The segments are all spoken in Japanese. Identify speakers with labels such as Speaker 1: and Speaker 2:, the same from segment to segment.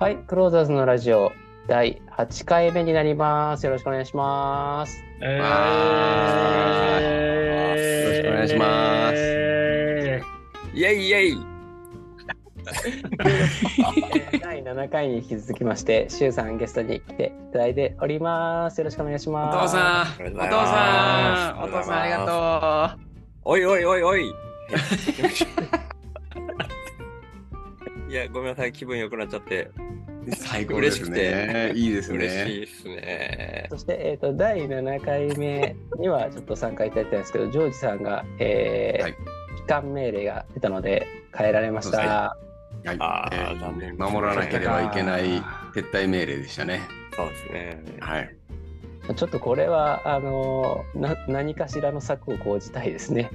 Speaker 1: はい、クローザーズのラジオ第8回目になります。よろしくお願いします。
Speaker 2: よろしくお願いします
Speaker 3: え
Speaker 2: イェイイェイ
Speaker 1: 第7回に引き続きまして、シュウさんゲストに来ていただいております。よろしくお願いし
Speaker 3: ーお
Speaker 1: ます。
Speaker 3: 父さん、
Speaker 2: あり
Speaker 3: お
Speaker 2: がとう
Speaker 3: 父さん、
Speaker 2: ございます
Speaker 3: お父さんありが
Speaker 2: おいおいおい おいいや、ごめんなさい、気分良くなっちゃって。
Speaker 4: 最高ですね。いいです
Speaker 2: 嬉し
Speaker 4: ね。
Speaker 2: いですね。
Speaker 1: そして、えー、と第7回目にはちょっと参加いただいたんですけど、ジョージさんが、えー
Speaker 4: はい
Speaker 1: 帰還命令が出たので変えられました。
Speaker 4: はい
Speaker 2: あー
Speaker 4: えー
Speaker 2: 残念
Speaker 4: 守らなければいけない撤退命令でしたね。
Speaker 2: そうですね。
Speaker 4: はい。
Speaker 1: ちょっとこれはあのーな何かしらの策を講じたいですね。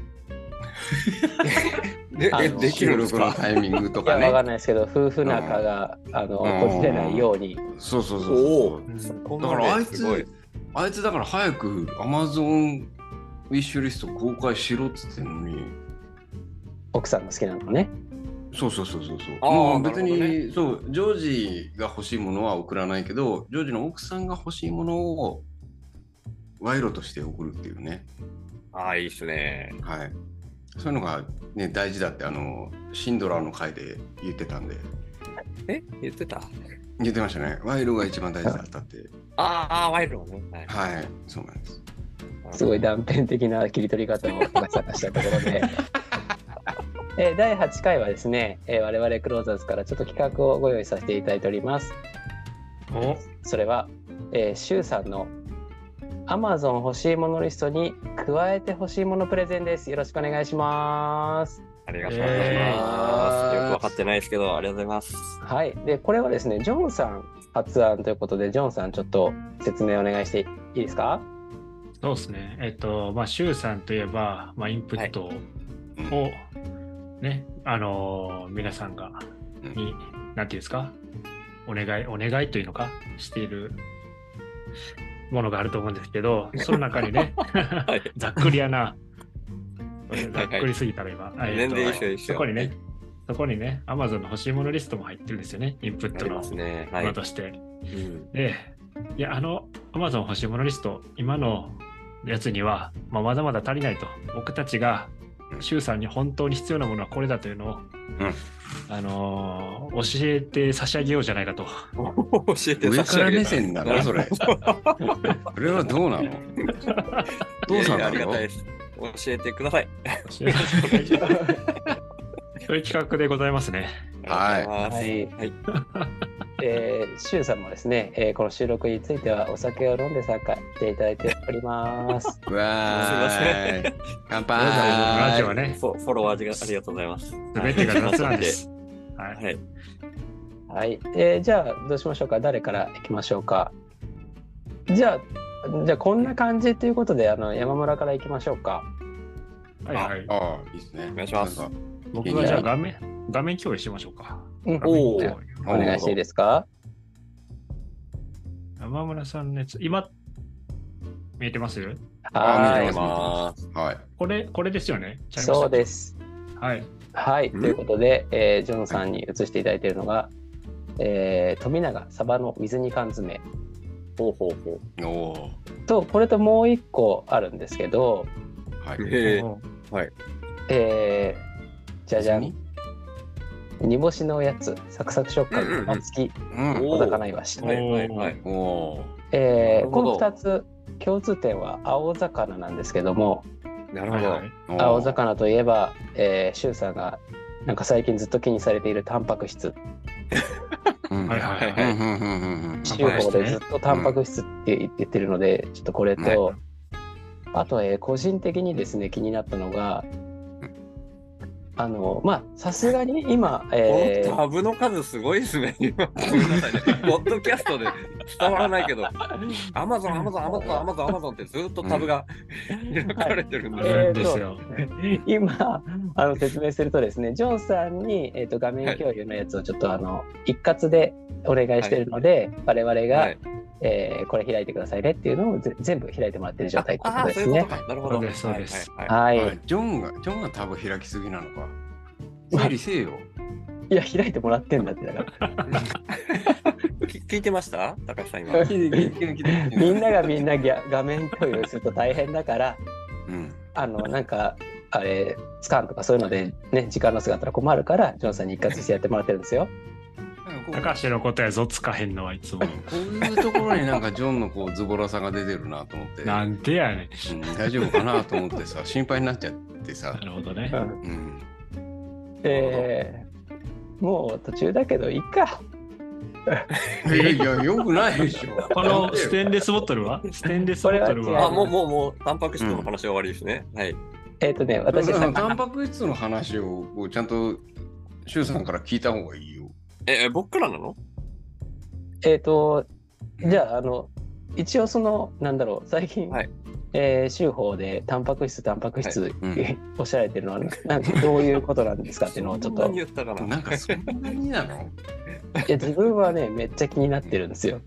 Speaker 2: で
Speaker 1: あ
Speaker 2: え
Speaker 1: の
Speaker 2: できるんです
Speaker 4: 収録の
Speaker 2: か
Speaker 4: タイミングと
Speaker 1: いやわか
Speaker 4: かね。
Speaker 1: んないですけど夫婦仲が、あのこじれないように
Speaker 4: そうそうそう
Speaker 2: お
Speaker 4: そ
Speaker 2: お
Speaker 4: う。
Speaker 3: とう。
Speaker 2: こん
Speaker 4: だ
Speaker 2: な
Speaker 4: か
Speaker 2: の
Speaker 4: らあい
Speaker 2: すごい
Speaker 4: つ、あいつだから早く Amazon ウィッシュリスト公開しろっつってんのに。
Speaker 1: 奥さんが好きなのね。
Speaker 4: そうそうそうそうそう。
Speaker 2: あー
Speaker 4: もう別
Speaker 2: なる
Speaker 4: に、そう、ジョージが欲しいものは送らないけど、ジョージの奥さんが欲しいものを賄賂として送るっていうね。
Speaker 2: ああ、いいですね。
Speaker 4: はい。そういうのがね、大事だって、あの、シンドラーの回で言ってたんで、
Speaker 2: え言ってた
Speaker 4: 言ってましたね。賄賂が一番大事だったって。
Speaker 2: ああ、ワイルドね。はい
Speaker 4: はい、そうなんです。
Speaker 1: すごい断片的な切り取り方を今探したところで。えー第8回はですね、えー我々クローザーズからちょっと企画をご用意させていただいております。
Speaker 3: お、
Speaker 1: それは、えー、シュウさんの Amazon 欲しいものリストに加えて欲しいものプレゼンです。よろしくお願いします。
Speaker 2: ありがとうございます。よくわかってないですけど、ありがとうございます。
Speaker 1: はい。で、これはですね、ジョンさん発案ということで、ジョンさんちょっと説明お願いしていいですか
Speaker 3: そうですね。えっと、まあ、シュウさんといえば、まあ、インプット
Speaker 4: うん
Speaker 3: を、ね、あのー、皆さんが、
Speaker 4: うん
Speaker 3: に、なんていうんですか、お願い、お願いというのか、しているものがあると思うんですけど、その中にね、
Speaker 2: はい
Speaker 3: ざっくりやな。
Speaker 2: はい
Speaker 3: ざっくりすぎたら今。
Speaker 2: い
Speaker 3: えーと
Speaker 2: 全然いいですよいいです
Speaker 3: そ
Speaker 2: よ
Speaker 3: こに
Speaker 2: はい
Speaker 3: ね、そこにね、Amazon の欲しいものリストも入ってるんですよね、インプッ
Speaker 2: あ
Speaker 3: ト
Speaker 2: り
Speaker 3: の
Speaker 2: ま
Speaker 3: も
Speaker 2: すね。はい
Speaker 3: の。として。
Speaker 2: うん
Speaker 3: で、いや、あの、Amazon 欲しいものリスト、今のやつには、まあ、まだまだ足りないと。僕たちが、
Speaker 4: うん
Speaker 3: 周さんに本当に必要なものはこれだというのを、
Speaker 4: ん
Speaker 3: あのー教えて差し上げようじゃないかと。
Speaker 2: 教えて
Speaker 4: 上
Speaker 2: 差し
Speaker 4: から
Speaker 2: 上げ
Speaker 4: 目
Speaker 2: た
Speaker 4: 線だな、そ れ。それはどうなのどうさんな
Speaker 2: いや
Speaker 4: い
Speaker 2: やありが
Speaker 4: の
Speaker 2: たいです。教えてください。
Speaker 3: 教えて差し上げようそういう企画でございますね。
Speaker 4: はい
Speaker 2: は
Speaker 1: はい
Speaker 2: い。
Speaker 1: えー、シュウさんもですね、えーこの収録についてはお酒を飲んで参加していただいており ます。
Speaker 4: うわーい。乾
Speaker 3: ラジオ
Speaker 4: 杯
Speaker 3: はね、
Speaker 2: フォフォロワーがありがとうございます。
Speaker 3: すべてが雑なんです。はい。
Speaker 2: はい。
Speaker 1: はい、えーじゃあどうしましょうか誰からいきましょうかじゃあじゃあこんな感じということであの山村からいきましょうか
Speaker 3: はいはい。
Speaker 4: ああ、いいですね。
Speaker 2: お願いします
Speaker 4: なんか
Speaker 3: 僕はじゃあ画面、画面共有しましょうか。
Speaker 1: うん
Speaker 3: 画面
Speaker 2: お
Speaker 3: 共有
Speaker 2: ー
Speaker 1: お願いしていいですか
Speaker 3: 山村さんのやつ、今、見えてます
Speaker 4: あ
Speaker 2: あ
Speaker 1: はい
Speaker 2: りがとうございます。
Speaker 4: はい。
Speaker 3: これ、これですよね。ちゃいました
Speaker 1: そうです
Speaker 3: はい。
Speaker 1: はいと
Speaker 4: ん
Speaker 1: いうことで、えージョンさんに移していただいているのが、えー富永サバの水煮缶詰
Speaker 2: ほうほうほ
Speaker 4: おお
Speaker 1: とこれともう一個あるんですけど、
Speaker 4: ー。は
Speaker 2: う。
Speaker 4: い。
Speaker 2: へえ。
Speaker 3: も
Speaker 1: えー、じゃじゃん煮干しのおやつサクサク食感の付き
Speaker 4: うん。
Speaker 1: 小魚いわし
Speaker 2: は。いはいはい。
Speaker 4: おお
Speaker 1: えー
Speaker 2: なる
Speaker 1: こ
Speaker 2: ほ
Speaker 1: の
Speaker 2: ど
Speaker 1: 2つ共通点は青魚なんですけども
Speaker 2: な
Speaker 3: う
Speaker 2: る
Speaker 3: は
Speaker 2: ほ
Speaker 3: い
Speaker 2: ど。
Speaker 3: はい
Speaker 4: ー。
Speaker 1: 青魚といえば、えー、シュウさんがなんか最近ずっと気にされているタンパク質
Speaker 4: うん。
Speaker 3: はいはい
Speaker 4: うん
Speaker 3: は
Speaker 4: うんうんうんうん。
Speaker 1: 中
Speaker 3: 塩
Speaker 1: 国でずっとタンパク質って言ってるので、ちょっとこれと、あと、えー個人的にですね気になったのが、
Speaker 4: うん
Speaker 1: あのまあさすがに今、え
Speaker 2: この
Speaker 1: ー
Speaker 2: タブの数すごいです ね。今、ごめんなさいね。ポッドキャストで伝わらないけど、アマゾン、アマゾン、アマゾン、アマゾン、アマゾンってずっとタブが開かれてるん
Speaker 3: い。
Speaker 2: で
Speaker 3: あ
Speaker 2: すね。
Speaker 3: るんですよ。
Speaker 1: 今あの説明するとですねジョンさんに、えー、と画面共有のやつをちょっとあの一括でお願いしてるので、我々が、
Speaker 2: はい。
Speaker 1: えーこれ開いてくださいねっていうのをぜ全部開いてもらってる状態ってこと
Speaker 2: ああ、
Speaker 1: で
Speaker 2: そう
Speaker 1: す
Speaker 2: いう
Speaker 1: ね
Speaker 2: こ。とか。なるほ
Speaker 3: そう
Speaker 2: ど。
Speaker 3: ですそうです
Speaker 2: はいはい
Speaker 1: はい、
Speaker 4: あ
Speaker 1: い、
Speaker 4: ジョンが、ジョンが多分開きすぎなのか。整理せえよ。
Speaker 1: や開いてもらってんだってだから
Speaker 2: き聞いてました高橋さん今。
Speaker 4: 聞いて聞いて聞いて聞いて
Speaker 1: みんながみんなギャ画面共有すると大変だから
Speaker 4: うん。
Speaker 1: あのなんかあれスカンとかそういうのでね時間の姿が困るからジョンさんに一括してやってもらってるんですよ。
Speaker 4: なんかこう
Speaker 3: 高橋のことやぞつかへんのはいつも。
Speaker 4: こういうところになんかジョンのこうズボラさが出てるなと思って、
Speaker 3: なんでやねん。
Speaker 4: うん大丈夫かなと思ってさ、心配になっちゃってさ
Speaker 3: な、るほどね。
Speaker 4: うん、
Speaker 1: でもう途中だけどいいか。
Speaker 4: いやいや、よくないでしょ。
Speaker 3: このステンレスボトルはステンレスボトル
Speaker 1: これは違
Speaker 3: は
Speaker 2: あ、もう、もう、もう、タンパク質の話は終わりですね。はい。
Speaker 1: えっ、とね
Speaker 4: 私
Speaker 1: 私
Speaker 4: タ
Speaker 1: さ
Speaker 4: ンパク質の話をこうちゃんと周さんから聞いた方がいいよ。
Speaker 2: え、え僕からなの
Speaker 1: えっ、とじゃああの一応そのなんだろう最近、
Speaker 2: はい
Speaker 1: えー週報でタンパク質タンパク質、
Speaker 4: うん
Speaker 1: おっしゃられてるのはなんかどういうことなんですかっていうのをちょっ
Speaker 2: そんな
Speaker 1: と
Speaker 2: に言ったかな。
Speaker 4: なんかそんなになの
Speaker 1: いや自分はねめっちゃ気になってるんですよ。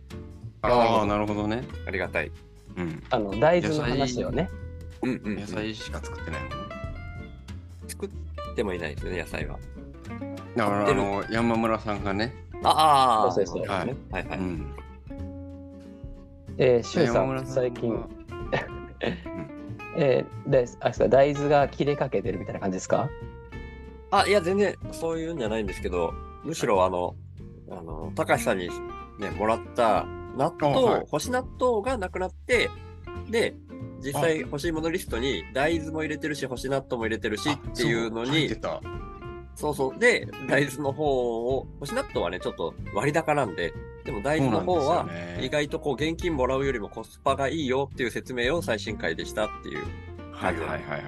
Speaker 4: ああ、なるほどね。
Speaker 2: ありがたい。
Speaker 4: うん。
Speaker 1: あの大豆の話をね。
Speaker 2: うんうん、
Speaker 4: 野菜しか作ってないもんね。
Speaker 2: 作ってもいないですね、野菜は。
Speaker 4: だから
Speaker 2: 作
Speaker 4: あ
Speaker 2: ってる
Speaker 4: の山村さんがね、
Speaker 2: ああ、
Speaker 1: そうそうそう
Speaker 2: なるほどねはいは
Speaker 4: う
Speaker 2: い。
Speaker 4: ん、
Speaker 1: えー、シュウさ
Speaker 4: 山
Speaker 1: ん
Speaker 4: 村
Speaker 1: 最近、
Speaker 4: が
Speaker 1: えー大あそうか大豆が切れかけてるみたいな感じですか
Speaker 2: あ、いや、全然そういうんじゃないんですけど、むしろあの、あの、高橋さんにね、もらった納豆、
Speaker 4: あはい
Speaker 2: 干し納豆がなくなって、で、実際欲しいものリストに大豆も入れてるし、干し納豆も入れてるしっていうの
Speaker 4: あそ書て
Speaker 2: に、
Speaker 4: た
Speaker 2: そうそう。で、大豆の方を、干し納豆はね、ちょっと割高なんで、でも大
Speaker 4: そう
Speaker 2: 豆
Speaker 4: な
Speaker 2: の
Speaker 4: んです
Speaker 2: 方
Speaker 4: よ
Speaker 2: は、
Speaker 4: ね
Speaker 2: 意外とこう現金もらうよりもコスパがいいよっていう説明を最新回でしたっていう。
Speaker 4: はいはいはいはいはい。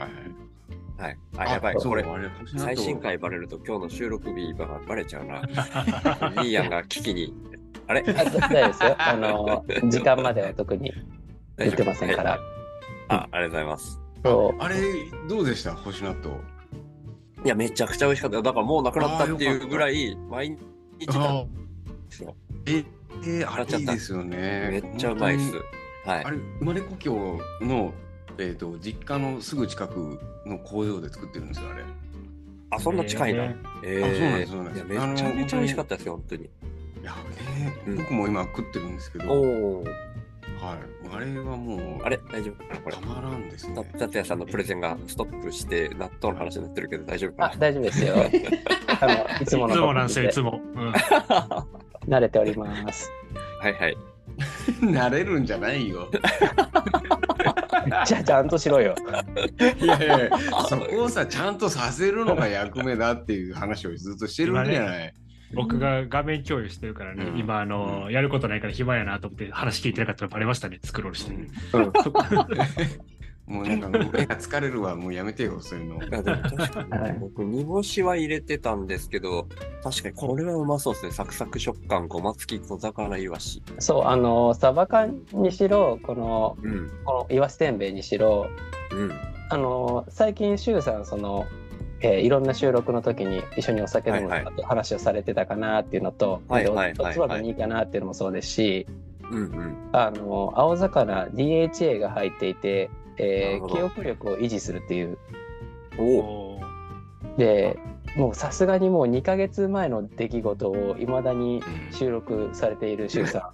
Speaker 2: はい。あ、やばい。
Speaker 4: そう
Speaker 2: これ、
Speaker 4: あれ欲しいなと
Speaker 2: 最新回バレると今日の収録日がバレちゃう な。 いいやんが危機に。あれ
Speaker 1: あだ大丈夫ですよ。あのー時間までは特に言ってませんか。
Speaker 2: はい
Speaker 1: ら。
Speaker 2: あ、ありがとうございます。
Speaker 1: そう
Speaker 4: あれどうでした星納豆。
Speaker 2: いや、めちゃくちゃ美味しかったよ。だからもうなくなったっていうぐらい、毎日
Speaker 4: あ
Speaker 2: 食べてたん
Speaker 4: ええあ
Speaker 2: 買っち
Speaker 4: れ
Speaker 2: ゃっ
Speaker 4: いい
Speaker 2: た
Speaker 4: ですよね。
Speaker 2: めっちゃうまいっす
Speaker 4: 本。
Speaker 2: はい
Speaker 4: 当にあ。れ生まれ故郷のえっ、と実家のすぐ近くの工場で作ってるんですよあれ。
Speaker 2: あ、そんな近いな。
Speaker 3: え
Speaker 2: え
Speaker 4: あそうなんで
Speaker 2: え
Speaker 4: すそうなん
Speaker 2: い
Speaker 4: で
Speaker 2: や
Speaker 4: す
Speaker 2: めちゃめちゃ美味しかったですよ、本当に。
Speaker 4: いやね、
Speaker 2: うん
Speaker 4: 僕も今食ってるんですけど、は
Speaker 2: お
Speaker 4: い、
Speaker 2: お。
Speaker 4: あれはもう
Speaker 2: あれ大丈夫かなこれ
Speaker 4: た。まらんですね。
Speaker 2: た達也さんのプレゼンがストップして、納豆の話になってるけど大丈夫
Speaker 1: あ
Speaker 2: か
Speaker 1: 大丈夫ですよ。あのい
Speaker 3: い
Speaker 1: つ
Speaker 3: つ
Speaker 1: もの
Speaker 3: もなんですよ、い
Speaker 1: こと
Speaker 3: つも。うん
Speaker 2: な
Speaker 1: 慣れております。
Speaker 2: はいはい。
Speaker 4: 慣れるんじゃないよ。
Speaker 1: じゃあちゃんとしろよ。
Speaker 4: いやい やいやそこをさちゃんとさせるのが役目だっていう話をずっとしてるんじゃない。
Speaker 3: 僕が画面共有してるからね、
Speaker 4: うん
Speaker 3: 今あの、やることないから暇やなと思って話聞いてなかったらバレましたね、スクロールして。
Speaker 1: うん
Speaker 3: そこ
Speaker 4: もうなんかもう目が疲れるわもうやめてよそういうの。
Speaker 2: あでも確かに
Speaker 1: はい
Speaker 2: 僕、煮干しは入れてたんですけど、確かにこれはうまそうですね。サクサク食感、ごま付き小魚いわし。
Speaker 1: そうあのーサバ缶にしろこの
Speaker 2: うん。
Speaker 1: このイワシせんべいにしろ
Speaker 2: うん。
Speaker 1: あの最近シュウさんその、えーいろんな収録の時に一緒にお酒飲む
Speaker 2: はい
Speaker 1: とか話をされてたかなっていうのと、
Speaker 2: はいはい
Speaker 1: お
Speaker 2: はい
Speaker 1: つまみにいいかなっていうのもそうですし、
Speaker 2: うんうん。
Speaker 1: あの青魚 DHA が入っていて、え
Speaker 2: なる
Speaker 1: ー
Speaker 2: ほど
Speaker 1: 記憶力を維持するっていう
Speaker 2: おお。
Speaker 3: おー
Speaker 1: でもうさすがにもう2ヶ月前の出来事をいまだに収録されているシュウさ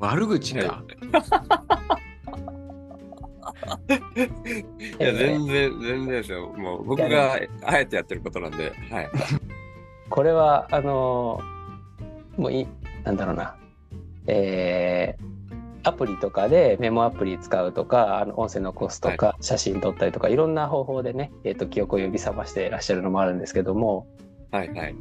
Speaker 4: 悪口か。
Speaker 1: ん。
Speaker 2: いや、
Speaker 1: えー
Speaker 2: 全然、全然ですよ。もう僕
Speaker 1: いや
Speaker 2: があえてやってることなんで、はい。
Speaker 1: これはあのーもういなんだろうなえーアプリとかでメモアプリ使うとかあの音声残すとか、写真撮ったりとかいろんな方法でね、えー、と記憶を呼び覚ましていらっしゃるのもあるんですけども、
Speaker 2: はいはい。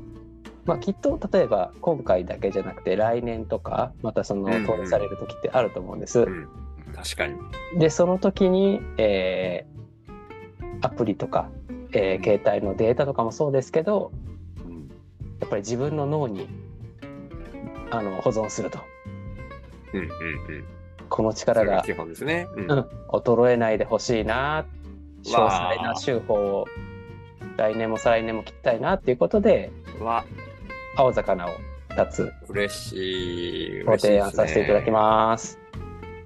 Speaker 1: まあ、きっと例えば今回だけじゃなくて来年とかまたその
Speaker 2: うんうん
Speaker 1: 登録される時ってあると思うんです。
Speaker 2: うん。確かに。
Speaker 1: でその時に、えーアプリとか、えー携帯のデータとかもそうですけど
Speaker 2: うん
Speaker 1: やっぱり自分の脳にあの保存すると
Speaker 2: うんうんうん。
Speaker 1: この
Speaker 2: そ
Speaker 1: 力
Speaker 2: れが
Speaker 1: が、
Speaker 2: 基本ですね。うん
Speaker 1: うん、衰えないでほしいな詳細
Speaker 2: わ
Speaker 1: な
Speaker 2: あ
Speaker 1: 手法を来年も再来年も切ったいなっていうことで
Speaker 2: は
Speaker 1: 青魚を2つ
Speaker 2: 嬉しい。
Speaker 1: ご
Speaker 2: 嬉しい
Speaker 1: 提
Speaker 2: で
Speaker 1: 案
Speaker 2: すね
Speaker 1: させていただきます。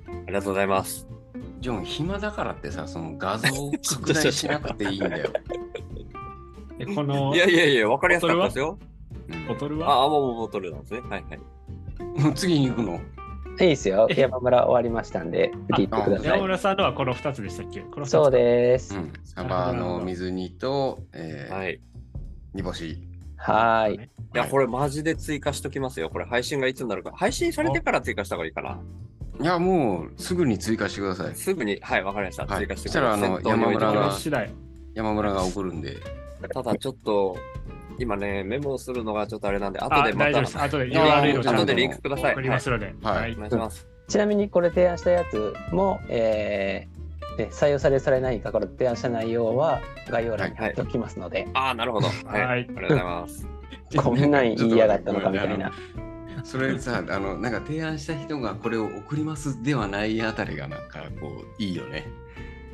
Speaker 2: ありがとうございます。
Speaker 4: ジョン暇だからってさその画像を拡大しなくていいんだよ。
Speaker 3: でこの
Speaker 2: いやいやいや、わかりやすかったですよ。うん
Speaker 3: ボトルは
Speaker 2: ああ、もうボトルなんですね。はいはい。
Speaker 4: 次に行くの
Speaker 1: いいですよ。
Speaker 3: え
Speaker 1: 山村終わりましたんで、次行ってくださ
Speaker 3: 山
Speaker 1: い。
Speaker 3: 村さんのはこの2つでしたっけこの二つか
Speaker 1: そうです。
Speaker 4: うん、サバの水煮と、えー
Speaker 2: はい。い
Speaker 4: 煮干し。
Speaker 1: はーい。
Speaker 2: や、これマジで追加しときますよ。これ配信がいつになるか。配信されてから追加した方がいいかな。
Speaker 4: いや、もうすぐに追加してください。
Speaker 2: すぐに、はい、わかりました。
Speaker 4: はい
Speaker 2: 追加して
Speaker 4: そしたらあの
Speaker 2: 先頭に置いておき
Speaker 4: 山
Speaker 2: ま
Speaker 4: 村
Speaker 2: す
Speaker 4: が
Speaker 3: 次第
Speaker 4: 山村が怒るんで。
Speaker 2: ただちょっと、今ね、メモをするのがちょっとあれなんで、後
Speaker 3: あ
Speaker 2: でま
Speaker 3: 大丈
Speaker 2: た
Speaker 3: 夫で、す後で
Speaker 4: あ
Speaker 3: URL をちゃ
Speaker 2: 後
Speaker 3: ん
Speaker 2: で
Speaker 3: と
Speaker 2: リンクください。
Speaker 3: 送りますので、
Speaker 4: はい
Speaker 2: はいお願いします。
Speaker 1: ちなみにこれ提案したやつも、えーで採用されされないか、これ提案した内容は概要欄に貼っておきますので、
Speaker 2: ああ、なるほど。はい。
Speaker 3: は
Speaker 2: あ
Speaker 3: い
Speaker 2: りがとうございます。
Speaker 1: こんなん言いやがったのかみたいな。。
Speaker 4: それ さ、あの、なんか提案した人がこれを送りますではないあたりがなんかこう、いいよね。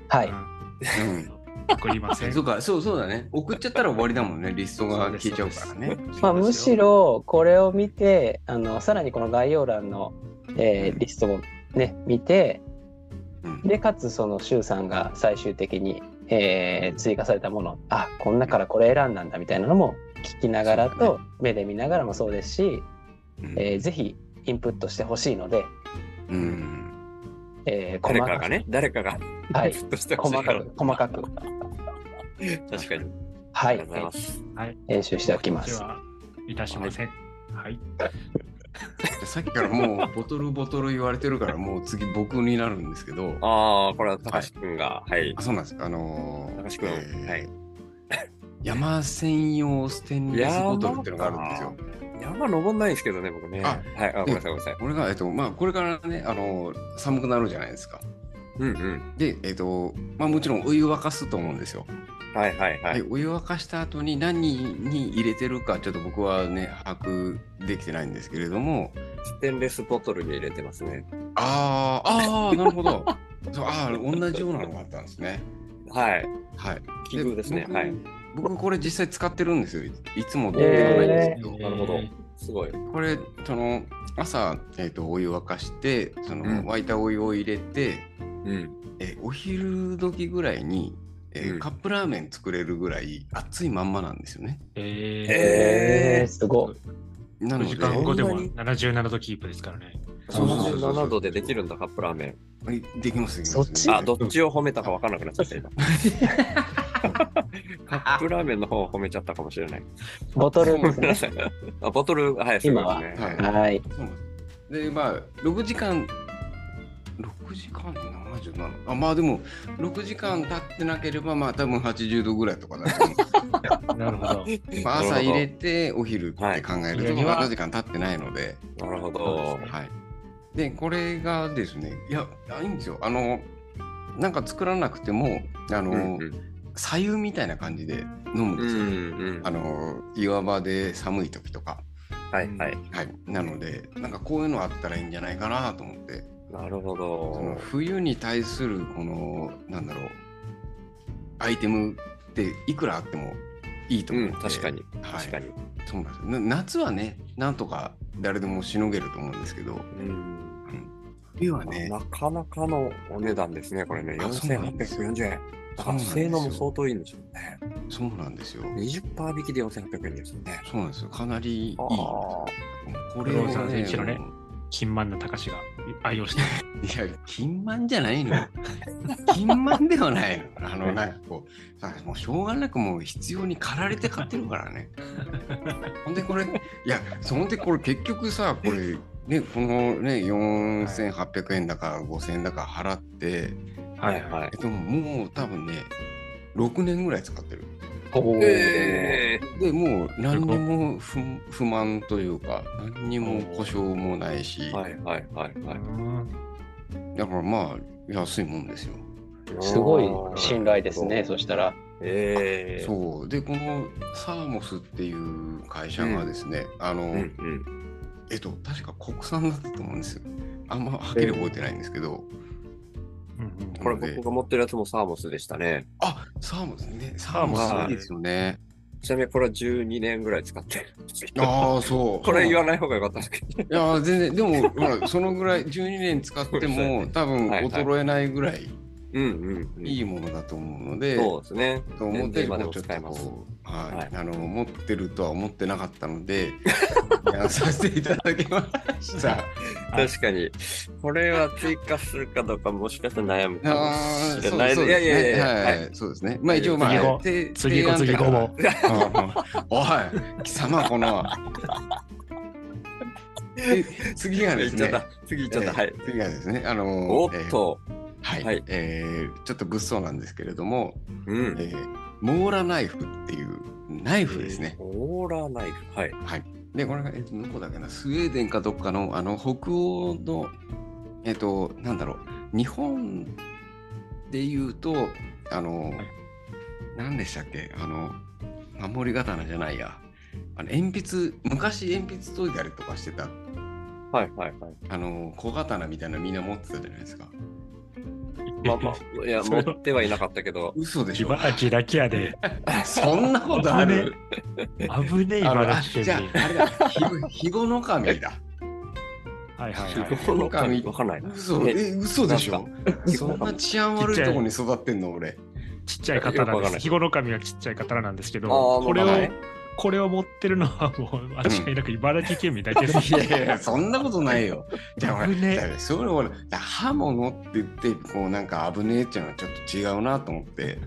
Speaker 1: はい。
Speaker 4: うん
Speaker 3: 送りません
Speaker 4: そうか、そうそうだね。送っちゃったら終わりだもんね。リストが消えちゃうからね。
Speaker 1: まあ、むしろこれを見てあのさらにこの概要欄の、えーリストを、ね、見て
Speaker 4: うん
Speaker 1: でかつその周さんが最終的に、えー追加されたものあこんなからこれ選んだんだみたいなのも聞きながら
Speaker 4: そう
Speaker 1: と目で見ながらもそうですし、
Speaker 4: うん
Speaker 1: えーぜひインプットしてほしいので、
Speaker 4: うん。
Speaker 1: えー
Speaker 2: 誰
Speaker 1: 細か
Speaker 2: かが
Speaker 1: く、
Speaker 2: ね、誰かが、
Speaker 1: はい
Speaker 2: ずっとしてほしい
Speaker 1: 細かく細かく
Speaker 2: 確かに。
Speaker 1: は
Speaker 2: あ
Speaker 1: い
Speaker 2: りがとうございます。
Speaker 1: 練習しておきます
Speaker 3: 告知はいたしませんはい
Speaker 4: さっきからもうボトルボトル言われてるから、もう次僕になるんですけど。
Speaker 2: ああ、これは高橋くんが、はい
Speaker 4: あ、。そうなんです。あのー
Speaker 2: 高橋君はい。
Speaker 4: 山専用ステンレスボトルってのがあるんですよ。
Speaker 2: 山登んないんですけどね、僕ね。は
Speaker 4: あ
Speaker 2: い。あ、ごめんなさい、ごめんなさい。
Speaker 4: 俺が、えっと、まあ、これからね、あのー寒くなるじゃないですか。
Speaker 2: うんうん。
Speaker 4: で、えっと、まあ、もちろんお湯沸かすと思うんですよ。
Speaker 2: はいはいは
Speaker 4: はいい、。お湯沸かした後に何に入れてるか、ちょっと僕はね、把握できてないんですけれども。
Speaker 2: ステンレスボトルに入れてますね。
Speaker 4: ああ、ああ、なるほど。そう、ああ、同じようなのがあったんですね。
Speaker 2: はい。
Speaker 4: はい。
Speaker 2: 奇遇ですね。
Speaker 4: 僕
Speaker 2: はい。。
Speaker 4: 僕これ実際使ってるんですよ。いいつもどうでもないんですけど。
Speaker 2: なるほどすごい。
Speaker 4: これその朝、えー、とお湯沸かしてその、
Speaker 2: うん
Speaker 4: 沸いたお湯を入れて、
Speaker 2: うん。
Speaker 4: えーお昼時ぐらいに、えー
Speaker 2: うん
Speaker 4: カップラーメン作れるぐらい熱いまんまなんですよね。
Speaker 3: え
Speaker 1: え
Speaker 2: え
Speaker 1: ー、すごっ
Speaker 4: な
Speaker 3: ー、
Speaker 4: の
Speaker 3: 5
Speaker 4: で
Speaker 3: 時間後でも
Speaker 2: そん
Speaker 3: 77度キープですからね
Speaker 2: ー、
Speaker 4: そうそうそうそう
Speaker 2: 37度でできるんだ、カップラーメン。
Speaker 4: はいできますでき
Speaker 1: そ
Speaker 4: ます。
Speaker 1: っち
Speaker 2: あ、どっちを褒めたかわからなくなっち ゃった、今。 カップラーメンの方を褒めちゃったかもしれない。
Speaker 1: ボトルです
Speaker 2: ごめんな
Speaker 1: ね
Speaker 2: さい。あボトル、はい、そうですね。
Speaker 4: 今は
Speaker 2: はい
Speaker 1: はい
Speaker 4: そうなんですでまあ6時間6時間で77あまあでも6時間経ってなければまあ多分80度ぐらいとかだと思うんです
Speaker 3: なるほど
Speaker 4: けどまあ朝入れてお昼って考えると、
Speaker 3: はい
Speaker 4: まあ7時間経ってないので。
Speaker 2: なる
Speaker 3: そ
Speaker 2: ほ
Speaker 3: うです
Speaker 2: ど。
Speaker 3: ね
Speaker 4: はい。で、これがですね、いや、あいいんですよ。あの、なんか作らなくても、あの、
Speaker 2: うんうん
Speaker 4: 左右みたいな感じで飲むん
Speaker 2: う
Speaker 4: ですよ。
Speaker 2: んうん。
Speaker 4: あの、岩場で寒い時とか。
Speaker 2: はいはい。
Speaker 4: はい。なので、なんかこういうのあったらいいんじゃないかなと思って、
Speaker 2: なる
Speaker 4: その
Speaker 2: ほど。
Speaker 4: 冬に対する、この、なんだろう、アイテムっていくらあってもいいと
Speaker 2: う
Speaker 4: 思っ
Speaker 2: ん、
Speaker 4: て、
Speaker 2: 確かに。
Speaker 4: はい、
Speaker 2: 確かに。
Speaker 4: そうなんですよな夏はね、なんとか誰でもしのげると思うんですけど、
Speaker 2: うん。
Speaker 4: 冬はね、
Speaker 2: なかなかのお値段ですね、これね。
Speaker 4: あそうなんですよ
Speaker 2: 4840円。だから、
Speaker 4: そうなんですよ
Speaker 2: 性能も相当いいんでしょうね。
Speaker 4: そうなんですよ。
Speaker 2: 20%引きで4800円ですよね。
Speaker 4: そうなんですよ。かなりいいんです
Speaker 2: あ
Speaker 4: よ。
Speaker 2: あ
Speaker 4: これを
Speaker 3: 不動産
Speaker 4: ね、
Speaker 3: 選手のね 金満な高志が愛用してる
Speaker 4: いや、金満じゃないの。 金満ではないの。あの、なんかこう、さもうしょうがなくもう必要に駆られて買ってるからね。ほんでこれ、いや、そんでこれ結局さ、これ、ね、このね、4800円だか5000円だか払って、
Speaker 2: はいはい
Speaker 4: えっ。と、もう多分ね、6年ぐらい使ってる。
Speaker 1: おー
Speaker 2: えー
Speaker 4: でもう何にも不不満というか何にも故障もないし、
Speaker 2: はいはいはいは
Speaker 4: だからまあ安いもんですよ。
Speaker 2: い。
Speaker 1: すごい信頼ですねそしたら
Speaker 2: ええ。
Speaker 4: そうでこのサーモスっていう会社がですね、あの、
Speaker 2: うんうん。
Speaker 4: えっと確か国産だったと思うんですよ。あんまはっきり覚えてないんですけど、
Speaker 3: うんうん
Speaker 2: これ僕が持ってるやつもサーモスでしたね。
Speaker 4: あサーモスねサーモスいいですよね。
Speaker 2: ちなみにこれは12年ぐらい使ってるんですけど。
Speaker 4: ああそう。
Speaker 2: これ言わ
Speaker 4: い。
Speaker 2: ない方がよかったんですけど。
Speaker 4: いや全然でもほらそのぐらい12年使っても多分
Speaker 2: はいはい
Speaker 4: 衰えないぐらい。
Speaker 2: うんうんうん。
Speaker 4: いいものだと思うので、
Speaker 2: そうですね。
Speaker 4: と思って
Speaker 2: 全然今で
Speaker 4: も
Speaker 2: も
Speaker 4: ちょっ
Speaker 2: 使
Speaker 4: と
Speaker 2: えます
Speaker 4: こう、はい
Speaker 2: はい
Speaker 4: あの持ってるとは思ってなかったのでやらさせていただきました。
Speaker 2: 確かに。これは追加するかどうか、もしかしたら悩むか
Speaker 4: あ
Speaker 2: も
Speaker 4: ー
Speaker 2: し
Speaker 4: そ
Speaker 2: れ
Speaker 4: う
Speaker 2: ない。い
Speaker 4: そう
Speaker 2: や
Speaker 4: で
Speaker 2: い
Speaker 4: す
Speaker 2: やい
Speaker 4: ね
Speaker 2: や。
Speaker 4: はい
Speaker 2: はい
Speaker 4: そうですね。まあ一応ま
Speaker 3: 次
Speaker 4: あ
Speaker 3: 後
Speaker 4: て
Speaker 3: 次行こう次行こうも
Speaker 4: 提案っていうか うんうんおい貴様この で次がです
Speaker 2: 次行
Speaker 4: ね
Speaker 2: っちゃった。次行っちゃった。はい。
Speaker 4: えー次がですねあのー
Speaker 2: おっ
Speaker 4: えー
Speaker 2: と。
Speaker 4: はい、
Speaker 2: はい
Speaker 4: えーちょっと物騒なんですけれども、
Speaker 2: う
Speaker 4: え
Speaker 2: ん。
Speaker 4: ーモーラナイフっていうナイフですね。
Speaker 2: オーラナイフ。はい。
Speaker 4: で、これが、えっと、どこだっけな、スウェーデンかどっかの、あの、北欧の、えっと、なんだろう、日本で言うと、あの、何でしたっけ、あの、守り刀じゃないや、あの、鉛筆、昔鉛筆研いだりとかしてた、
Speaker 2: はいはいはい。
Speaker 4: あの、小刀みたいなのみんな持ってたじゃないですか。
Speaker 2: まあまあ、いや、
Speaker 3: それ
Speaker 2: 持
Speaker 3: は
Speaker 2: ってはいなかったけど。
Speaker 4: 嘘でし
Speaker 3: ギ
Speaker 4: ょ。
Speaker 3: バキラキラで
Speaker 4: そんなことある
Speaker 3: 危ねえ
Speaker 4: あの
Speaker 3: 今
Speaker 4: あ
Speaker 3: の危
Speaker 4: じゃ
Speaker 3: 険に。
Speaker 4: あ、あれだ、肥後の神だ。
Speaker 3: はいはい
Speaker 2: す
Speaker 3: はい。
Speaker 2: ごいのかわかんないな。
Speaker 4: 嘘、
Speaker 2: ね
Speaker 4: え、嘘でしょ。そんな治安悪いとこに育ってんの、俺。
Speaker 3: ちっちゃい刀
Speaker 2: よく
Speaker 3: で
Speaker 2: わかん
Speaker 3: す
Speaker 2: ない
Speaker 3: 日頃神がちっちゃい刀なんですけど
Speaker 2: あー
Speaker 3: これを
Speaker 2: まあね
Speaker 3: これを持ってるのはもう間違いなく茨城県民だけです
Speaker 4: いやいやい や、そんなことないよ。じゃあ、ほら、
Speaker 3: 危ねえ
Speaker 4: だからそれ俺、だ刃物って言って、こう、なんか危ねえっていうのはちょっと違うなと思って。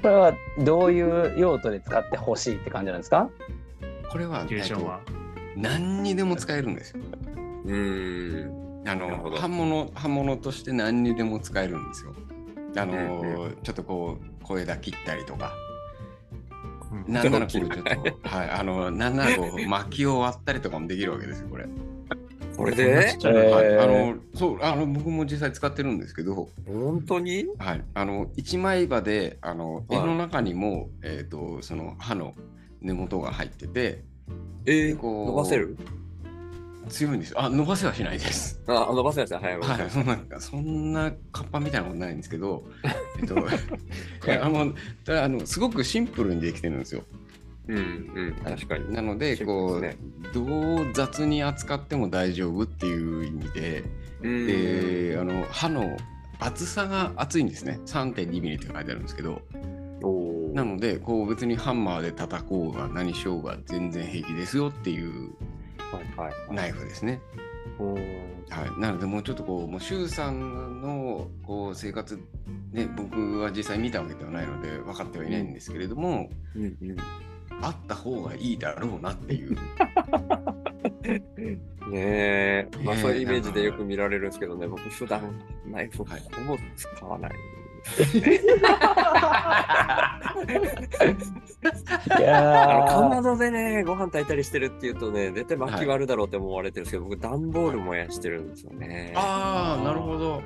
Speaker 1: これはどういう用途で使ってほしいって感じなんですか
Speaker 4: これは、
Speaker 3: キューションは
Speaker 4: えっと何にでも使えるんですよ。
Speaker 2: うーん。
Speaker 4: あ
Speaker 2: なるほ
Speaker 4: の、
Speaker 2: ど
Speaker 4: 刃物、刃物として何にでも使えるんですよ。あの、
Speaker 2: うん
Speaker 4: ちょっとこう、小枝切ったりとか。
Speaker 3: うん
Speaker 4: なんならこうちょっ と、はい、あの、なんならこう、薪を割ったりとかもできるわけですよ、これ。
Speaker 2: これ
Speaker 3: そんな
Speaker 2: で
Speaker 3: ちっちゃいの
Speaker 1: えー
Speaker 4: はい、あの、そう、あの、僕も実際使ってるんですけど、
Speaker 2: 本当に
Speaker 4: はい、あの一枚刃であの
Speaker 2: はい
Speaker 4: 絵の中にも、えー、とその刃の根元が入ってて
Speaker 2: えー、
Speaker 4: こう
Speaker 2: 伸ばせる
Speaker 4: 強いんですよあ伸ばせはしないです
Speaker 2: あ、伸ばせました。は
Speaker 4: は
Speaker 2: い。
Speaker 4: い そんなそんなカッパみたいなことないんですけ どえっといやあのただあのすごくシンプルにできてるんですよ
Speaker 2: うんうん。確かに。
Speaker 4: なので
Speaker 2: シンプ
Speaker 4: こう
Speaker 2: ルです
Speaker 4: どう雑に扱っても大丈夫っていう意味で、
Speaker 2: うーん。
Speaker 4: であの刃の厚さが厚いんですね3 2ミリって書いてあるんですけど
Speaker 2: おー
Speaker 4: なのでこう別にハンマーで叩こうが何しようが全然平気ですよっていう
Speaker 2: はいはい。
Speaker 4: ナイフですね。
Speaker 2: おー
Speaker 4: はい、なのでもうちょっとこうもう周さんのこう生活ね僕は実際見たわけではないので分かってはいないんですけれども、
Speaker 2: うんうん。
Speaker 4: あった方がいいだろうなって いう
Speaker 2: ねえ、まあ
Speaker 4: ねえ
Speaker 2: そういうイメージでよく見られるんですけどね、僕普段ナイフほ
Speaker 4: はい
Speaker 2: ぼ使わない。
Speaker 1: いや
Speaker 2: あの
Speaker 1: ー
Speaker 2: かまどでね、ご飯炊いたりしてるっていうとね、絶対薪割るだろうって思われてるんですけど、僕段ボール燃やしてるんですよね。
Speaker 4: ああなるほど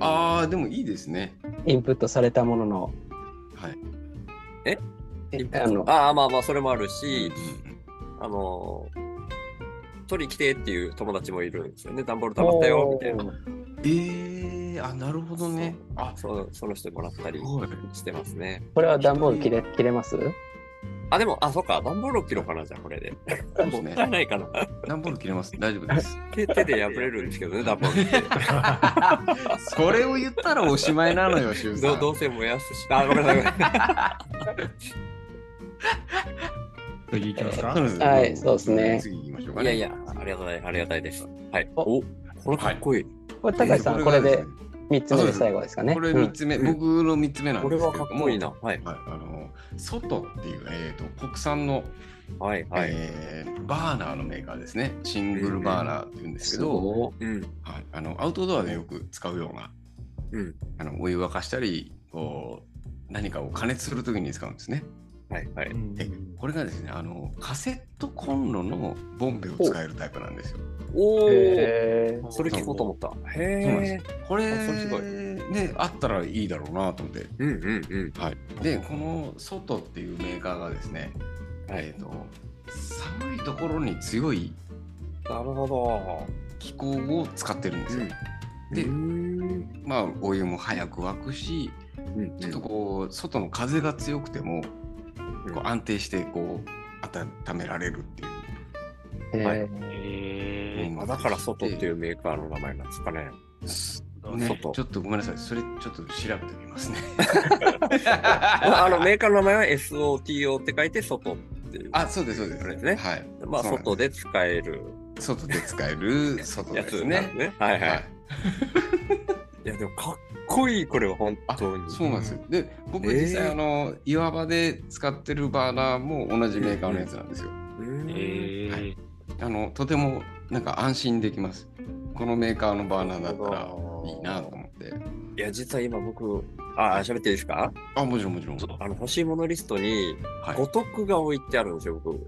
Speaker 4: ああでもいいですね
Speaker 1: インプットされたものの
Speaker 4: はい
Speaker 1: え
Speaker 2: あ
Speaker 1: あの
Speaker 2: あーまあまあそれもあるし、
Speaker 4: うん
Speaker 2: あの取り来てっていう友達もいるんですよね。段ボール溜まったよみたいな。
Speaker 4: えー、あなるほどねあ
Speaker 2: そうその人もらったり
Speaker 4: すごい
Speaker 2: してますね。
Speaker 1: これは段ボール切れ切れます
Speaker 2: あ、でも、あ、そっか、段ボールを切ろうかな、じゃあこれで。
Speaker 4: そうで
Speaker 2: も
Speaker 4: す
Speaker 2: ったい
Speaker 4: ね
Speaker 2: ないかな。
Speaker 4: 段ボール切れます大丈夫です
Speaker 2: 手手で破れるんです けどね、段ボールって。
Speaker 4: それを言ったらおしまいなのよ周さ
Speaker 2: ど
Speaker 4: ん
Speaker 2: どうせ燃やすし、 あ、ごめんなさいごめんなさい。
Speaker 3: 次行きます
Speaker 4: そう
Speaker 3: か
Speaker 4: です
Speaker 1: はいそうですね
Speaker 4: 次行きましょうか
Speaker 2: い
Speaker 4: ね。
Speaker 2: やいや、ありがたい、ありがたいです。はい。
Speaker 1: お
Speaker 2: お、これかっこいい。
Speaker 1: これ高橋さんこれで3つ目で最後ですかね
Speaker 4: これ三つ目、
Speaker 2: うん
Speaker 4: 僕の三つ目なん
Speaker 2: こ
Speaker 4: で
Speaker 2: れ
Speaker 4: すけ
Speaker 2: は
Speaker 4: れ
Speaker 2: かっ
Speaker 4: ども、
Speaker 2: こいいな。はい。
Speaker 4: はい、あの外っていうえっ、と国産の、
Speaker 2: はい、はい。
Speaker 4: えーバーナーのメーカーですね。シングルバーナーって言うんですけど、
Speaker 1: そ
Speaker 2: うん。
Speaker 4: はい、あのアウトドアでよく使うような
Speaker 2: うん。
Speaker 4: あのお湯沸かしたり、こう何かを加熱するときに使うんですね。
Speaker 2: はい、は
Speaker 3: う
Speaker 2: い。
Speaker 3: ん
Speaker 4: えこれがですね、あのカセットコンロのボンベを使えるタイプなんですよ。
Speaker 2: お
Speaker 1: う
Speaker 2: ー。
Speaker 1: へー
Speaker 2: それ聞こうと思った。
Speaker 4: そうなん
Speaker 2: へ
Speaker 4: で
Speaker 2: え。
Speaker 4: これ
Speaker 2: あそれすごい
Speaker 4: ねあったらいいだろうなと思って。
Speaker 2: うん、うん、
Speaker 4: はい、でこの「ソト」っていうメーカーがですね、
Speaker 2: うん。はい。
Speaker 4: えー、と寒いところに強い
Speaker 2: なるほど。
Speaker 4: 気候を使ってるんですよ。で
Speaker 2: うーん。
Speaker 4: まあお湯も早く沸くし
Speaker 2: うん
Speaker 4: ちょっとこう外の風が強くても
Speaker 2: うん
Speaker 4: こう安定してこう温められるっていう。
Speaker 1: へー
Speaker 3: え
Speaker 4: うん
Speaker 2: あだから外っていうメーカーの名前なんですかね。
Speaker 4: す
Speaker 3: ー
Speaker 2: の
Speaker 4: ね、
Speaker 2: 外
Speaker 4: ちょっとごめんなさい。それちょっと調べてみますね。
Speaker 2: まあ、あのメーカーの名前は SOTO って書いて外っていう
Speaker 4: あ、そうです、そうです。
Speaker 2: あれですね
Speaker 4: はい。
Speaker 2: まあ
Speaker 4: そうなん
Speaker 2: 外で使える
Speaker 4: す。外で使える、外
Speaker 2: や
Speaker 4: で
Speaker 2: つ
Speaker 4: す
Speaker 2: なん
Speaker 4: ね。
Speaker 2: ね。はいはい。いやでもかっこいいこれは本
Speaker 4: あ
Speaker 2: 当に。
Speaker 4: そうなんですよ。で、僕
Speaker 2: えー
Speaker 4: 実際、あの、岩場で使ってるバーナーも同じメーカーのやつなんですよ。
Speaker 2: うん
Speaker 3: え
Speaker 4: あの、とてもなんか安心できます。このメーカーのバーナーだった
Speaker 2: なる
Speaker 4: ら
Speaker 2: ほど
Speaker 4: いいなと思って。
Speaker 2: いや実は今僕あ喋っていいですか？
Speaker 4: あ、もちろんもちろん。
Speaker 2: あの欲しいものリストに
Speaker 4: はい
Speaker 2: 五徳が置いてあるんですよ僕。
Speaker 4: へ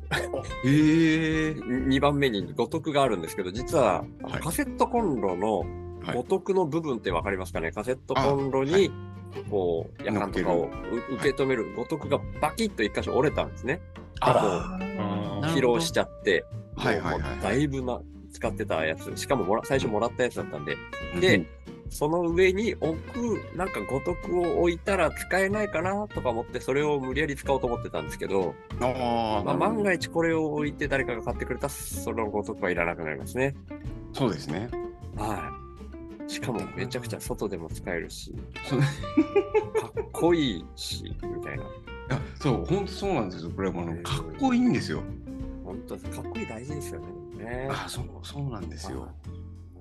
Speaker 4: え。
Speaker 2: 2番目に五徳があるんですけど実はあの
Speaker 4: はい
Speaker 2: カセットコンロの
Speaker 4: はい
Speaker 2: 五徳の部分ってわかりますかね、カセットコンロに、
Speaker 4: あはい
Speaker 2: こう、やかんとかをう
Speaker 4: る
Speaker 2: 受け止める五徳がバキッと一箇所折れたんですね。
Speaker 1: あら
Speaker 3: ーな
Speaker 2: 疲労しちゃって、
Speaker 4: はいはいはい
Speaker 2: もうだいぶな使ってたやつ、しかももら最初もらったやつだったんで、で、
Speaker 4: うん
Speaker 2: その上に置く、なんか五徳を置いたら使えないかなとか思って、それを無理やり使おうと思ってたんですけど、
Speaker 4: ああ、なる
Speaker 2: まあ、
Speaker 4: ほ
Speaker 2: 万
Speaker 4: ど
Speaker 2: が一これを置いて誰かが買ってくれたら、その五徳はいらなくなりますね。
Speaker 4: そうですね。
Speaker 2: はい。しかもめちゃくちゃ外でも使えるし、
Speaker 4: そう
Speaker 2: かっこいいし、みたい
Speaker 4: い
Speaker 2: な。
Speaker 4: やそう、本当そうなんですよ。これもあ
Speaker 2: へー
Speaker 4: のかっこいいんですよ。
Speaker 2: 本当かっこいい大事ですよね。
Speaker 4: あ、そう、そうなんです
Speaker 2: はい
Speaker 4: よ。
Speaker 2: なる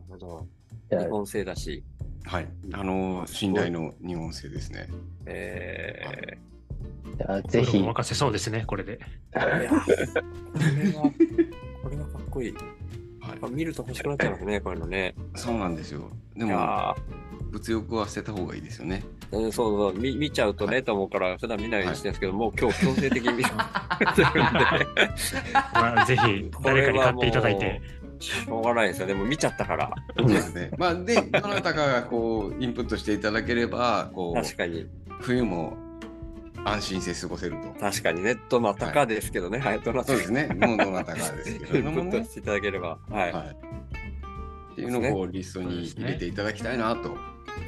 Speaker 2: ほど。
Speaker 1: じゃ
Speaker 2: 日本製だし。
Speaker 4: はい、あの信頼の日本製ですね。
Speaker 2: え
Speaker 1: あじゃあ
Speaker 3: え
Speaker 1: ぜ
Speaker 3: ー。ぜひ。
Speaker 1: ひ
Speaker 3: 任せそうですね、これで。
Speaker 2: ー、いやこれは、これはかっこいい。
Speaker 4: はい、
Speaker 2: 見ると欲しくなっちゃいますね、こういうのね。
Speaker 4: そうなんですよ。で
Speaker 2: い
Speaker 4: も
Speaker 2: や
Speaker 4: 物欲は捨てた方がいいですよね。
Speaker 2: ーうんそうそう見、見ちゃうとね、と思うから、普段見ないようにしてるんですけど、もう今日強制的に見る
Speaker 3: まあ、ぜ ひ、誰かに買っていただいて。
Speaker 2: しょうがないですよ、でも見ちゃったから、
Speaker 4: そうですね。まあでどなたかがこうインプットしていただければこ
Speaker 2: 確
Speaker 4: う
Speaker 2: かに、
Speaker 4: 冬も安心して過ごせると。
Speaker 2: 確かにね、どなたかですけどね、はい、どな
Speaker 4: そ
Speaker 2: た
Speaker 4: う
Speaker 2: か
Speaker 4: ですね。もうどなたかですけ れ
Speaker 2: イ
Speaker 4: ど
Speaker 2: ンプ
Speaker 4: も
Speaker 2: ット
Speaker 4: ね
Speaker 2: し。ていただければ、はい。
Speaker 4: はい。っていうのをこうリストに入れていただきたいなと。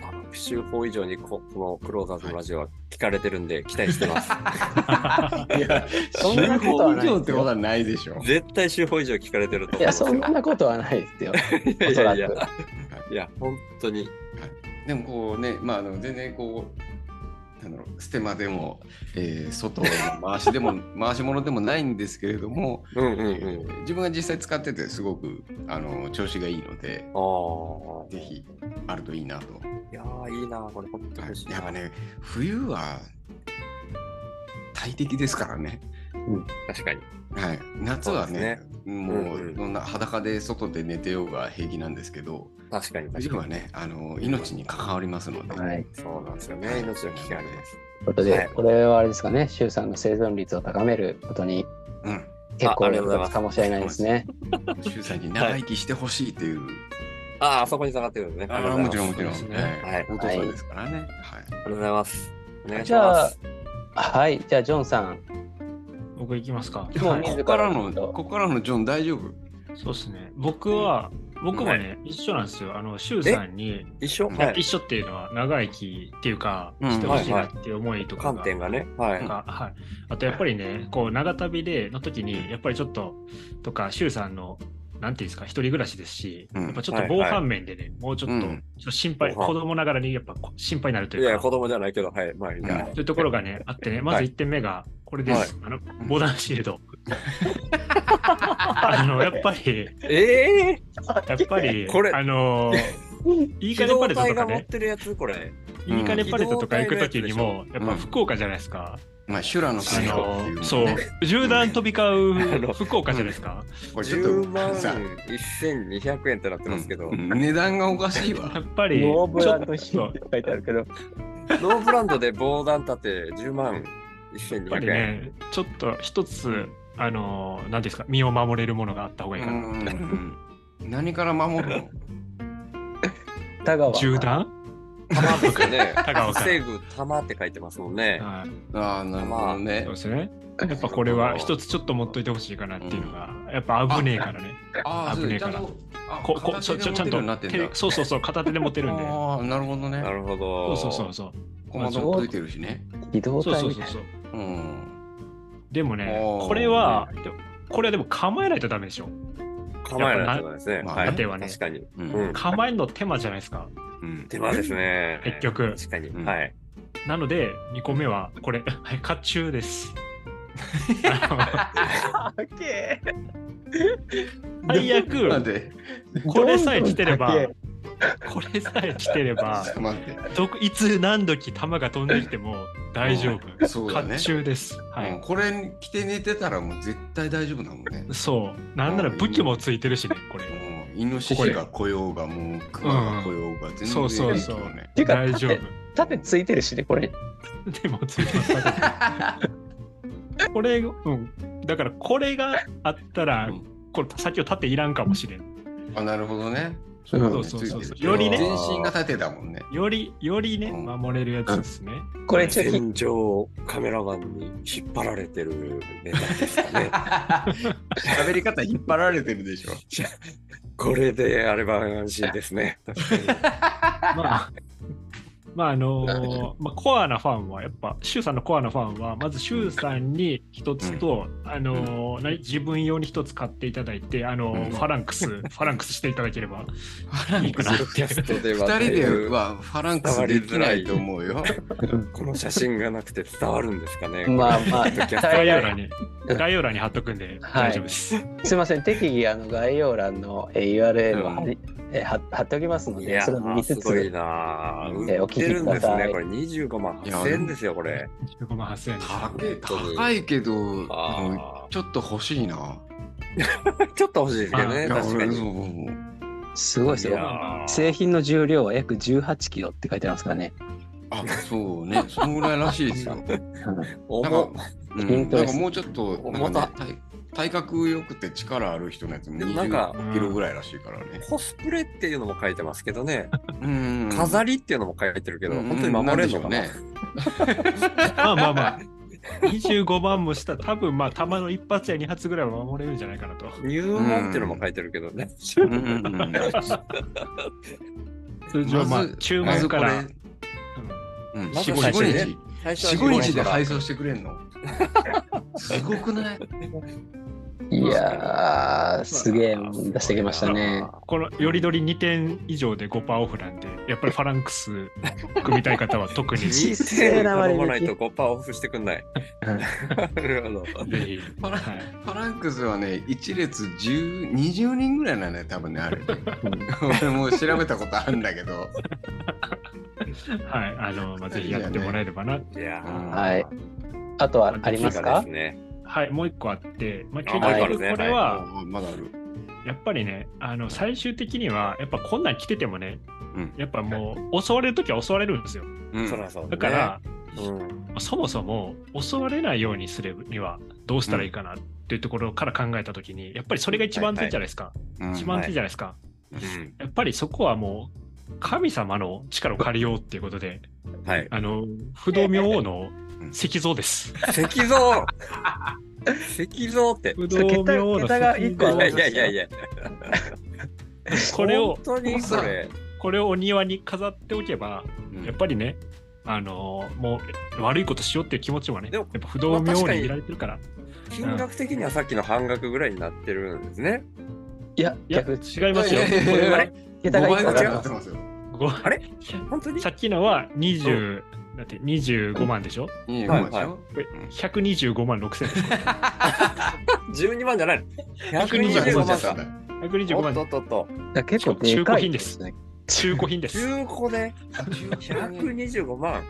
Speaker 2: あの週4以上にここのクローザーズのラジオは聞かれてるんで、期待してます。
Speaker 4: いや、
Speaker 1: そんなことはない
Speaker 4: 以上ってことはないでしょ。
Speaker 2: 絶対週4以上聞かれてると思うん
Speaker 1: いや
Speaker 2: ですよ
Speaker 1: そんなことはないで すよ
Speaker 2: いやいやいや、いや、本当に。
Speaker 4: でもこうね、まあ、あの全然こう、なんだろう、ステマでも、えー外の回しでも、回し物でもないんですけれども、
Speaker 2: うんう
Speaker 4: え
Speaker 2: ん
Speaker 4: ー自分が実際使ってて、すごくあの調子がいいので、
Speaker 2: うん。ああ。
Speaker 4: ぜ。ひあるといいなと。
Speaker 2: いやー、いいな、これ、本当
Speaker 4: は
Speaker 2: 欲しい
Speaker 4: い、
Speaker 2: な。
Speaker 4: やっぱね、冬は大敵ですからね。
Speaker 2: 確かに。
Speaker 4: はい、夏はね、も
Speaker 2: うんう
Speaker 4: うんどんな裸で外で寝てようが平気なんですけど、
Speaker 2: 確かに。
Speaker 4: 冬はね、あの命に関わりますので。
Speaker 1: はい
Speaker 2: そうなんですよ
Speaker 4: は
Speaker 2: ね。
Speaker 4: い
Speaker 2: 命の危険あります。
Speaker 1: ということで、
Speaker 2: はい
Speaker 1: これはあれですかね周さんの生存率を高めることに
Speaker 4: うん
Speaker 1: 結
Speaker 2: ああ
Speaker 1: 構
Speaker 2: りがとうございます
Speaker 1: かもしれないですね
Speaker 4: 周さんに長生きしてほしいっていう、
Speaker 2: ああ、あそこに下がってるんですね。
Speaker 4: あ
Speaker 2: りが
Speaker 4: あ
Speaker 2: とう
Speaker 4: も
Speaker 2: ご
Speaker 4: ち
Speaker 2: ざい
Speaker 4: ろん
Speaker 2: ま
Speaker 4: も
Speaker 2: す
Speaker 4: ちろ
Speaker 3: そう
Speaker 4: ん、
Speaker 3: ですね
Speaker 4: は
Speaker 2: はい
Speaker 4: い、お父さんですからね、はい
Speaker 2: ありがとうございます。お願いし
Speaker 1: じゃ
Speaker 2: ま
Speaker 1: あ
Speaker 2: す。
Speaker 1: はいじゃあジョンさん
Speaker 3: 僕行きますか。
Speaker 1: もう
Speaker 4: こ
Speaker 1: 自
Speaker 4: こ
Speaker 1: ら
Speaker 4: からのここからのジョン大丈夫
Speaker 3: そうですね。僕は、僕もね、一緒なんですよ。あの、周さんに、
Speaker 2: 一緒
Speaker 4: うん
Speaker 2: は
Speaker 3: 一
Speaker 2: い。
Speaker 3: 緒っていうのは、長生きっていうか、
Speaker 4: うん
Speaker 3: してほしいなっていう思いとか
Speaker 2: 観
Speaker 3: が
Speaker 2: 点がね。はい。
Speaker 3: とかはい、あとやっぱりねこう長旅での時にやっぱりちょっととか周さんのなんていうんですか一人暮らしですし、
Speaker 4: うん
Speaker 3: やっぱちょっと防犯面でね、もうちょっと,、
Speaker 4: うん
Speaker 3: ちょっと心配
Speaker 2: 防犯
Speaker 3: 子供ながらにやっぱこ心配になると
Speaker 2: い
Speaker 3: いう
Speaker 2: や、
Speaker 3: か
Speaker 2: 子供じゃないけど、はい。まあ、いい
Speaker 4: うん
Speaker 2: や
Speaker 3: というところがねあってねま
Speaker 2: は
Speaker 3: ず
Speaker 2: い
Speaker 3: 1点目がこれです、あの防弾シールドあのやっぱり
Speaker 2: ええ
Speaker 3: やっぱり
Speaker 2: これ
Speaker 3: あの いい
Speaker 2: 機
Speaker 3: かね
Speaker 2: 動
Speaker 3: パレット
Speaker 2: 隊
Speaker 3: と
Speaker 2: が
Speaker 3: か
Speaker 2: 持っ
Speaker 3: ね
Speaker 2: てるやつこれ。
Speaker 3: いいかねパレットとか行く時にもやっ
Speaker 2: 機
Speaker 4: のやつでしょ
Speaker 3: ぱ福岡じゃないですか、
Speaker 4: まあ修羅の
Speaker 3: あ
Speaker 4: 最後っていう
Speaker 3: の
Speaker 4: の
Speaker 3: そう
Speaker 4: ね
Speaker 3: 銃弾飛び
Speaker 2: あ
Speaker 3: 交
Speaker 2: の
Speaker 3: う福岡じゃないですか、
Speaker 4: これちょ
Speaker 2: 10
Speaker 4: っ
Speaker 2: 万
Speaker 4: とさ、
Speaker 2: 1200円ってなってますけど、
Speaker 4: うん値段がおかしいわ
Speaker 3: やっぱり、
Speaker 1: ノーブ
Speaker 3: ち
Speaker 1: ラン
Speaker 3: ょっ
Speaker 1: ド
Speaker 3: と
Speaker 1: 品って書いてあるけど
Speaker 2: ノーブランドで防弾立て10万
Speaker 3: やっぱり
Speaker 2: 1200円。
Speaker 3: ね、ちょっと一つ、あの、なんていうんですか、身を守れるものがあった方が
Speaker 4: う
Speaker 3: いいかな。
Speaker 4: ん何から守るの
Speaker 1: 田川
Speaker 3: 銃弾
Speaker 2: 玉ですよね。
Speaker 3: 高岡
Speaker 2: 防ぐ玉って書いてますもんね。
Speaker 3: はい、
Speaker 4: ああなるほどね
Speaker 3: そうですね。やっぱこれは一つちょっと持っといてほしいかなっていうのが、やっぱ危ねえからね。
Speaker 4: ああそう
Speaker 3: 危ねえ
Speaker 4: ちゃん
Speaker 3: から
Speaker 4: とあ
Speaker 3: ここち
Speaker 4: 形
Speaker 3: ょち
Speaker 4: で
Speaker 3: ょちゃん
Speaker 4: 持てるようになっ
Speaker 3: と
Speaker 4: てん
Speaker 3: 手
Speaker 4: だ
Speaker 3: でそうそうそう、片手で持てるんで。
Speaker 4: ああなるほどね
Speaker 2: なるほ
Speaker 3: そ
Speaker 2: ど。
Speaker 3: うそうそうそう。
Speaker 4: 小窓も届いてるしね
Speaker 1: 機動
Speaker 3: そう
Speaker 1: 隊
Speaker 3: そう
Speaker 1: み
Speaker 3: そ
Speaker 1: た
Speaker 3: う
Speaker 1: い
Speaker 3: そう。
Speaker 4: うん
Speaker 3: でもね
Speaker 4: お、ー
Speaker 3: これは、でもこれはでも構えないとダメでしょ。
Speaker 2: 構えないとダメですね。
Speaker 4: まあ
Speaker 2: はい。
Speaker 3: 縦はね
Speaker 2: 確かに。
Speaker 4: うん
Speaker 2: うん
Speaker 3: 構えるの手間じゃないですか。
Speaker 4: ううん。
Speaker 2: 手間ですね。
Speaker 3: 結局
Speaker 2: 確かに。
Speaker 4: うん
Speaker 2: はい。
Speaker 3: なので、2個目は、これ、はい、甲冑です。あ
Speaker 1: かっけえ
Speaker 3: の最
Speaker 4: 待っ
Speaker 3: 悪、
Speaker 4: て、
Speaker 3: これさえ来てれば
Speaker 1: どんどんかっけ
Speaker 3: これさえ来てれば
Speaker 4: ちょっ、と待って。
Speaker 3: どこいつ何時弾が飛んできても大丈夫。
Speaker 4: うんそう
Speaker 3: 甲
Speaker 4: だね
Speaker 3: 冑です。はい。
Speaker 4: うんこれ着て寝てたらもう絶対大丈夫だもんね。
Speaker 3: そう。なんなら武器もついてるしね、これ。
Speaker 4: もうイノシシが来ようがもうクマが来ようが全然
Speaker 3: そうそうそう
Speaker 4: 平気よね
Speaker 1: ていうか
Speaker 3: 大丈夫。
Speaker 1: 盾ついてるしねこれ
Speaker 3: でもついてます。これ、うん。だからこれがあったら、
Speaker 4: うん
Speaker 3: これ先を盾いらんかもしれん。
Speaker 4: あなるほどね。
Speaker 1: うん
Speaker 4: だね
Speaker 3: そうそうそうそう
Speaker 4: ついてる
Speaker 1: よりね
Speaker 4: 全身が立てたもんね。
Speaker 3: より、よりね、
Speaker 4: うん
Speaker 3: 守れるやつですね。
Speaker 1: これちょっと
Speaker 2: 戦場カメラマンに引っ張られてるネタですかね。
Speaker 4: 喋り方引っ張られてるでしょ。
Speaker 2: これであれば安心ですね。確かに
Speaker 3: まあ、まああのーまあ、コアなファンはやっぱ、シュウさんのコアなファンは、まずシュウさんに一つと、あのー何自分用に一つ買っていただいて、あのー
Speaker 4: うん
Speaker 3: ファランクス、ファランクスしていただければいいかな
Speaker 2: ポッドキャストで
Speaker 4: 二
Speaker 2: は
Speaker 4: 人
Speaker 2: だい
Speaker 4: で
Speaker 2: ぶ
Speaker 4: はファランクスできないと思うよ。
Speaker 2: この写真がなくて伝わるんですかね。
Speaker 1: まあまあ
Speaker 2: ポッドキャスト
Speaker 3: 概
Speaker 1: 大
Speaker 3: 要
Speaker 1: 丈
Speaker 3: 欄に、
Speaker 1: うん
Speaker 3: 概要欄に貼っとくんで
Speaker 1: はい
Speaker 3: 大丈夫です。
Speaker 1: すいません適宜あの概要欄のえー URL を貼りえー貼貼っておきますの
Speaker 2: い
Speaker 1: で
Speaker 2: や
Speaker 1: それを見
Speaker 2: ーす
Speaker 1: つ
Speaker 2: ごい
Speaker 1: つ
Speaker 2: なー。
Speaker 1: えー
Speaker 2: 売
Speaker 1: お
Speaker 2: っ
Speaker 1: 聞
Speaker 2: て
Speaker 1: き
Speaker 2: る
Speaker 1: く
Speaker 2: ん
Speaker 1: だ
Speaker 2: です
Speaker 1: さい
Speaker 2: ね。これ25万8000円ですよ、これ。
Speaker 3: 15万8000円です。
Speaker 4: 高い高いけど、あの
Speaker 2: あ
Speaker 4: ちょっと欲しいな。
Speaker 2: ーちょっと欲しいですけ
Speaker 3: い
Speaker 2: どね、
Speaker 4: いや
Speaker 2: 確か
Speaker 4: 俺
Speaker 2: に。
Speaker 4: ももう
Speaker 1: すごいです
Speaker 2: い
Speaker 1: よ
Speaker 2: やー
Speaker 1: 製品の重量は約18キロって書いてますからね、
Speaker 4: あ、そうね。そのぐらいらしいですよ。なん
Speaker 2: 重
Speaker 4: か
Speaker 2: っ、
Speaker 4: うん、
Speaker 1: 本当
Speaker 4: な
Speaker 1: です
Speaker 4: んかもうちょっと、なんかね体体格良くて力ある人のやつも
Speaker 2: でもなんか
Speaker 4: 20キロぐらいらしいからね。
Speaker 2: コスプレっていうのも書いてますけどね、
Speaker 4: うん
Speaker 2: 飾りっていうのも書いてるけど、
Speaker 4: うん
Speaker 2: 本当に守れるのかな。
Speaker 4: なんでしょうね
Speaker 3: まあまあまあ。25万もしたら多分まあ弾の一発や二発ぐらいは守れるんじゃないかなと。
Speaker 2: 入門っていうのも書いてるけどね。
Speaker 4: うんうんうん
Speaker 3: 通常まあ
Speaker 4: ず
Speaker 3: 注
Speaker 4: まず
Speaker 3: 文か
Speaker 4: これ
Speaker 3: ら、
Speaker 4: うん
Speaker 2: まず
Speaker 4: 四
Speaker 2: 最
Speaker 4: 五
Speaker 2: 初にね
Speaker 4: 日、
Speaker 2: 最初は
Speaker 4: 四五日で
Speaker 2: から
Speaker 4: 配送してくれんの。すごくない。
Speaker 1: いやーすげえもん出してきましたね
Speaker 3: このよりどり2点以上で5%オフなんで、やっぱりファランクス組み たい方は特にぜ
Speaker 2: 二千円頼まないと5%オフしてくんない。なるほど。
Speaker 3: ひ。
Speaker 4: パラ
Speaker 3: はい
Speaker 4: パランクスはね、一列十二十人ぐらいなんだよ、多分ね、あれ。俺もう調べたことあるんだけど。
Speaker 3: はい、あの、まあ、ぜひやってもらえればな。
Speaker 2: いやー
Speaker 1: はいあとはあります
Speaker 2: さ
Speaker 1: か
Speaker 2: すがですね。
Speaker 3: はい、もう一個あって、まあ、結
Speaker 2: あ
Speaker 3: 局
Speaker 1: もう一個あ
Speaker 2: るね
Speaker 3: これ
Speaker 4: あ
Speaker 3: は、
Speaker 4: まだある。
Speaker 3: やっぱりね、あの、最終的には、やっぱこんなん来ててもね、
Speaker 4: うん
Speaker 3: やっぱもう、襲われるときは襲われるんですよ。
Speaker 4: うん
Speaker 2: そらそうね
Speaker 3: だから、
Speaker 2: うん
Speaker 3: そもそも襲われないようにするにはどうしたらいいかなっていうところから考えたときに、やっぱりそれが一番手じゃないですか。
Speaker 4: うん
Speaker 3: 一番手じゃないですか。
Speaker 2: う
Speaker 3: やっぱりそこはもう神様の力を借りようっていうことで、
Speaker 2: んはい。
Speaker 3: あ の不動明王の石像です。
Speaker 2: 石像石像って。
Speaker 3: 不動明王の
Speaker 1: 桁が一
Speaker 3: 石
Speaker 1: 個
Speaker 2: い
Speaker 1: あ
Speaker 3: 像
Speaker 2: や
Speaker 1: る
Speaker 2: いやいやいや。
Speaker 3: これを
Speaker 2: 本当にそれ。
Speaker 3: これをお庭に飾っておけば、
Speaker 4: うん
Speaker 3: やっぱりね、あのもう悪いことしようっていう気持ちもね、
Speaker 2: で
Speaker 3: や
Speaker 2: も
Speaker 3: っぱ不動明王に見られてるから。
Speaker 2: 金額的にはさっきの半額ぐらいになってるんですね。
Speaker 1: いや
Speaker 3: いや、
Speaker 1: 逆
Speaker 3: 違いますよ。
Speaker 4: いやいやいや
Speaker 2: あれ
Speaker 1: 桁が
Speaker 4: 五
Speaker 1: 一
Speaker 4: 倍
Speaker 1: 個あ
Speaker 4: ぐらい
Speaker 1: り
Speaker 4: にな
Speaker 1: ま
Speaker 4: って
Speaker 1: す
Speaker 4: ますよ。
Speaker 3: ご
Speaker 2: あれ本当に
Speaker 3: さっきのは20、だって25万でしょ
Speaker 4: いい
Speaker 2: はい
Speaker 4: まあでしょ
Speaker 3: これ ?125 万6千です。
Speaker 2: 12万じゃないの
Speaker 3: 125
Speaker 2: ?125
Speaker 3: 万
Speaker 2: 万
Speaker 3: です
Speaker 2: か。
Speaker 3: 125
Speaker 2: おっ
Speaker 3: 万
Speaker 2: とっとっと。
Speaker 1: だから結構でかいってことね
Speaker 3: 中古品です。
Speaker 2: 中古で125万。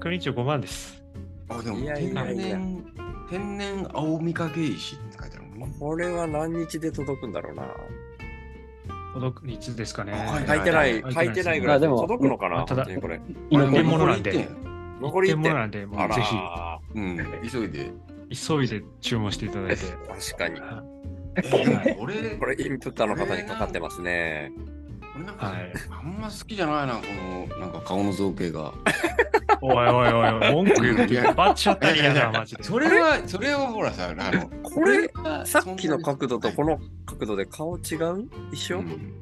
Speaker 3: 125万です。
Speaker 4: あ、でも
Speaker 2: いやい
Speaker 4: 天
Speaker 2: やいや
Speaker 4: 然、天然青みかけ石って書いてあるもんね。
Speaker 2: これは何日で届くんだろうな。
Speaker 3: 届く率ですかね。
Speaker 4: あ
Speaker 2: 書いてない、
Speaker 3: は
Speaker 2: 書
Speaker 3: い
Speaker 2: いてないぐらい。
Speaker 1: あでも
Speaker 2: 届くのかな
Speaker 3: ただ
Speaker 2: 本当にこれ。
Speaker 3: 一点
Speaker 1: も
Speaker 3: 物なんで
Speaker 4: 俺も
Speaker 2: 残り
Speaker 3: 一点
Speaker 2: 1
Speaker 3: 物な
Speaker 2: 点。
Speaker 3: んで、も
Speaker 2: あ
Speaker 3: うぜひ
Speaker 2: ら
Speaker 4: うん、急いで。
Speaker 3: 急いで注文していただいて。
Speaker 2: ー。確かに。
Speaker 3: はい
Speaker 4: 俺、
Speaker 2: これインプッターの方にかかってますね。
Speaker 4: 俺なんか、
Speaker 3: はい、
Speaker 4: あんま好きじゃないな、この、なんか顔の造形が。
Speaker 3: おいおいおいおい、文句言う
Speaker 4: いや
Speaker 3: て、バッチ当たりやな、マジで。
Speaker 4: それは、それはほらさ、あの、
Speaker 2: これ、さっきの角度とこの角度で顔違う一緒
Speaker 4: うん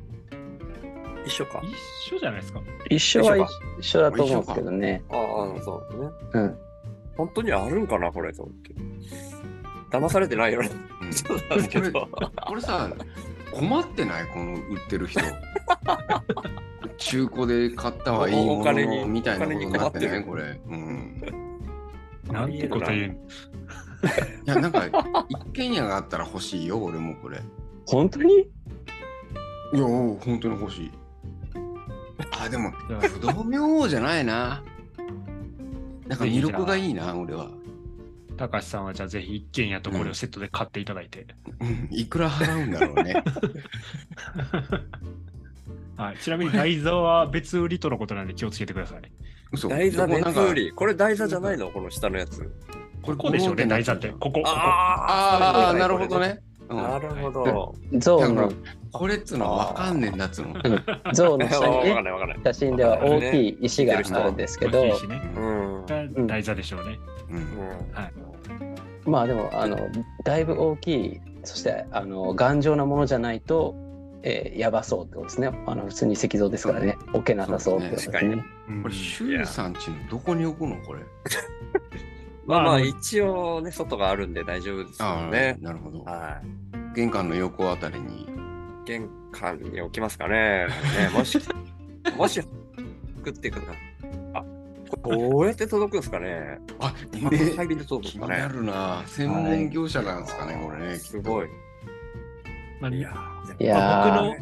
Speaker 2: 一緒か。
Speaker 3: 一緒じゃないですか。
Speaker 1: 一緒は
Speaker 2: 一緒
Speaker 1: 一
Speaker 2: か
Speaker 1: 一緒だと思うんですけどね
Speaker 2: ああ、そうね。
Speaker 1: うん
Speaker 2: 本当にあるんかな、これと思って。騙されてないよね。
Speaker 4: うん
Speaker 2: そうなんですけど。
Speaker 4: 俺さ、困ってないこの売ってる 人中古で買ったはいい
Speaker 2: おお
Speaker 4: も
Speaker 2: 金
Speaker 4: の
Speaker 2: に
Speaker 4: のみたいなことになって
Speaker 2: お金
Speaker 4: ね
Speaker 2: に
Speaker 4: これ、うん、
Speaker 3: なんてこと言うの
Speaker 4: いやなんか一軒家があったら欲しいよ俺もこれ
Speaker 1: 本当に
Speaker 4: いや本当に欲しいあでも
Speaker 3: じゃあ
Speaker 4: 不動明王じゃないななんか
Speaker 3: ぜひじ
Speaker 4: 魅
Speaker 3: ゃあ
Speaker 4: 力がいいな俺は、
Speaker 3: 高橋さんはじゃあぜひ一軒家とこれをセットで買っていただいて。
Speaker 4: うん、いくら払うんだろうね
Speaker 3: はい、ちなみに台座は別売りとのことなんで気をつけてください。
Speaker 4: 嘘
Speaker 2: 台座
Speaker 4: でも
Speaker 2: 熱
Speaker 4: なんか
Speaker 2: より。これ台座じゃないのこの下のやつ。
Speaker 4: これ
Speaker 3: こうでしょうね、台座って。ここ、ここ。
Speaker 4: あ
Speaker 2: あ
Speaker 4: あなるほど。ね、うん、
Speaker 2: なるほど。
Speaker 1: 象
Speaker 4: だから
Speaker 1: の
Speaker 4: これっつうのはわかんねえんだっつうの
Speaker 1: 象
Speaker 2: わ
Speaker 1: の
Speaker 2: か
Speaker 1: 下に
Speaker 2: ん
Speaker 1: ね
Speaker 2: ないわかんない。
Speaker 1: 写真では大きい石があるんですけど、
Speaker 3: 大きいしね
Speaker 2: うん。
Speaker 1: うん
Speaker 3: 台座でしょうね。
Speaker 4: うん
Speaker 1: まあでもあのだいぶ大きいそしてあの頑丈なものじゃないと、えーやばそうってことですねあの普通に石像ですからね置けなさそうってことです
Speaker 2: そうです
Speaker 1: ね。
Speaker 4: これ、シュウさんちのどこに置くのこれ。
Speaker 2: まあま
Speaker 3: まあ
Speaker 2: あ、一応ね、外があるんで大丈夫ですよね。
Speaker 4: なるほど。
Speaker 2: はい。
Speaker 4: 玄関の横あたりに。
Speaker 2: 玄関に置きますか ね。ねもし、もし、作っていくか。あ、これどうやって届くんですかね。
Speaker 4: あ、
Speaker 2: 今、
Speaker 4: ね
Speaker 2: 配便で届くんで
Speaker 4: 気
Speaker 2: す
Speaker 4: に
Speaker 2: か
Speaker 4: な
Speaker 2: ね。
Speaker 4: るな。専門業者なんですかね、これね。
Speaker 2: すごい。
Speaker 3: まあ
Speaker 2: いやー
Speaker 1: いや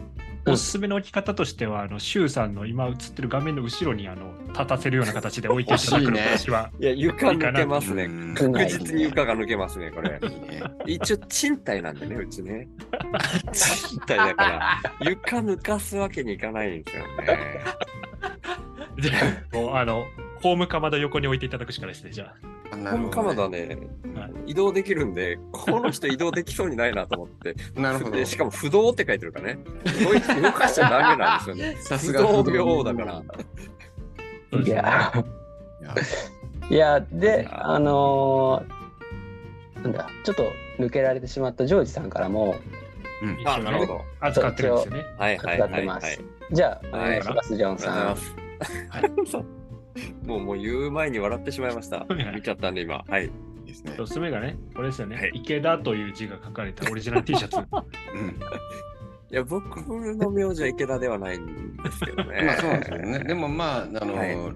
Speaker 3: ーおすすめの置き方としては、あの、シュウさんの今映ってる画面の後ろに、あの、立たせるような形で置いていただくの
Speaker 4: 欲し
Speaker 3: が私
Speaker 4: いね
Speaker 3: は。
Speaker 2: いや、床抜けますね。
Speaker 4: うん
Speaker 1: う
Speaker 2: 確実に床が抜けますね、これ。
Speaker 4: いいね
Speaker 2: 一応、賃貸なんでね、うちね。 賃貸だから、床抜かすわけにいかないんですよね。
Speaker 3: じゃあ、もうあの、ホームかまど横に置いていただくしかないですね、じゃあ。
Speaker 4: あ
Speaker 2: こ
Speaker 4: なる
Speaker 2: の
Speaker 4: ほ
Speaker 2: カ
Speaker 4: ど
Speaker 2: マ
Speaker 4: ね
Speaker 2: だね
Speaker 3: はい、
Speaker 2: 移動できるんで、この人移動できそうにないなと思って。
Speaker 4: なるほど
Speaker 2: で。しかも、不動って書いてるからね。動いて動かしちゃダメなんですよね。
Speaker 4: さ
Speaker 2: 不
Speaker 4: 不
Speaker 2: 動
Speaker 4: 動
Speaker 2: 病だから。
Speaker 3: そうで
Speaker 1: い
Speaker 3: すね
Speaker 1: や
Speaker 4: いや
Speaker 1: いやであのーなんだちょっと抜けられてしまったジョージさんからも
Speaker 4: うん
Speaker 3: 一
Speaker 2: あ、
Speaker 3: 緒に
Speaker 2: なるほど。
Speaker 3: 扱ってるんですよね。
Speaker 2: はいはい
Speaker 1: 扱っ
Speaker 2: は
Speaker 1: て
Speaker 2: い、
Speaker 1: ま
Speaker 2: はい
Speaker 1: す。。じゃあお
Speaker 2: はい
Speaker 1: 願いしますジョン
Speaker 2: ありがとうござい
Speaker 1: さ
Speaker 2: ま
Speaker 1: ん。
Speaker 2: す。 もうもう言う前に笑ってしまいました。見ちゃったんで今。はい。
Speaker 4: いいですね
Speaker 3: お。すすめがね、これですよね、
Speaker 2: はい
Speaker 3: 池田という字が書かれたオリジナル T シャツ。
Speaker 4: うん
Speaker 2: いや、僕の名字は池田ではないんですけどね。
Speaker 4: まあそうなんですよね。でもまあ、あ
Speaker 2: はい
Speaker 4: の、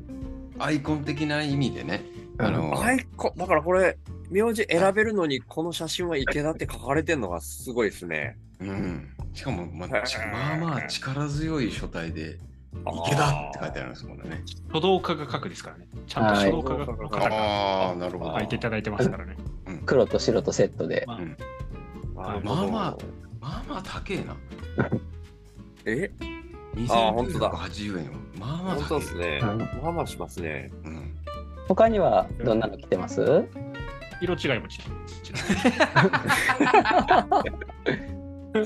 Speaker 4: アイコン的な意味でね。あの、
Speaker 2: アイコンだからこれ、名字選べるのに、この写真は池田って書かれてるのがすごいですね。
Speaker 4: うん。しかも、まあちまあまあ力強い書体で、池田って書いてあ
Speaker 2: る。
Speaker 4: るんですもんね。
Speaker 3: 書道家が書くですからね。ちゃんと書道家が書
Speaker 2: あ
Speaker 3: 方
Speaker 2: ー
Speaker 3: が
Speaker 4: ああ、なるほど
Speaker 3: 書。いていただいてますからね。
Speaker 1: 黒と白とセットで
Speaker 3: まあ
Speaker 4: うん
Speaker 2: なるほど
Speaker 4: まあまあまあまあ高えな。
Speaker 2: え、あー本当だ
Speaker 4: 2980円はまあまあ
Speaker 2: 本
Speaker 4: 高
Speaker 2: 当
Speaker 4: い
Speaker 2: ですね。まあまあしますね。
Speaker 4: うん
Speaker 1: 他にはどんなの来てます
Speaker 3: 色違いも違う。こ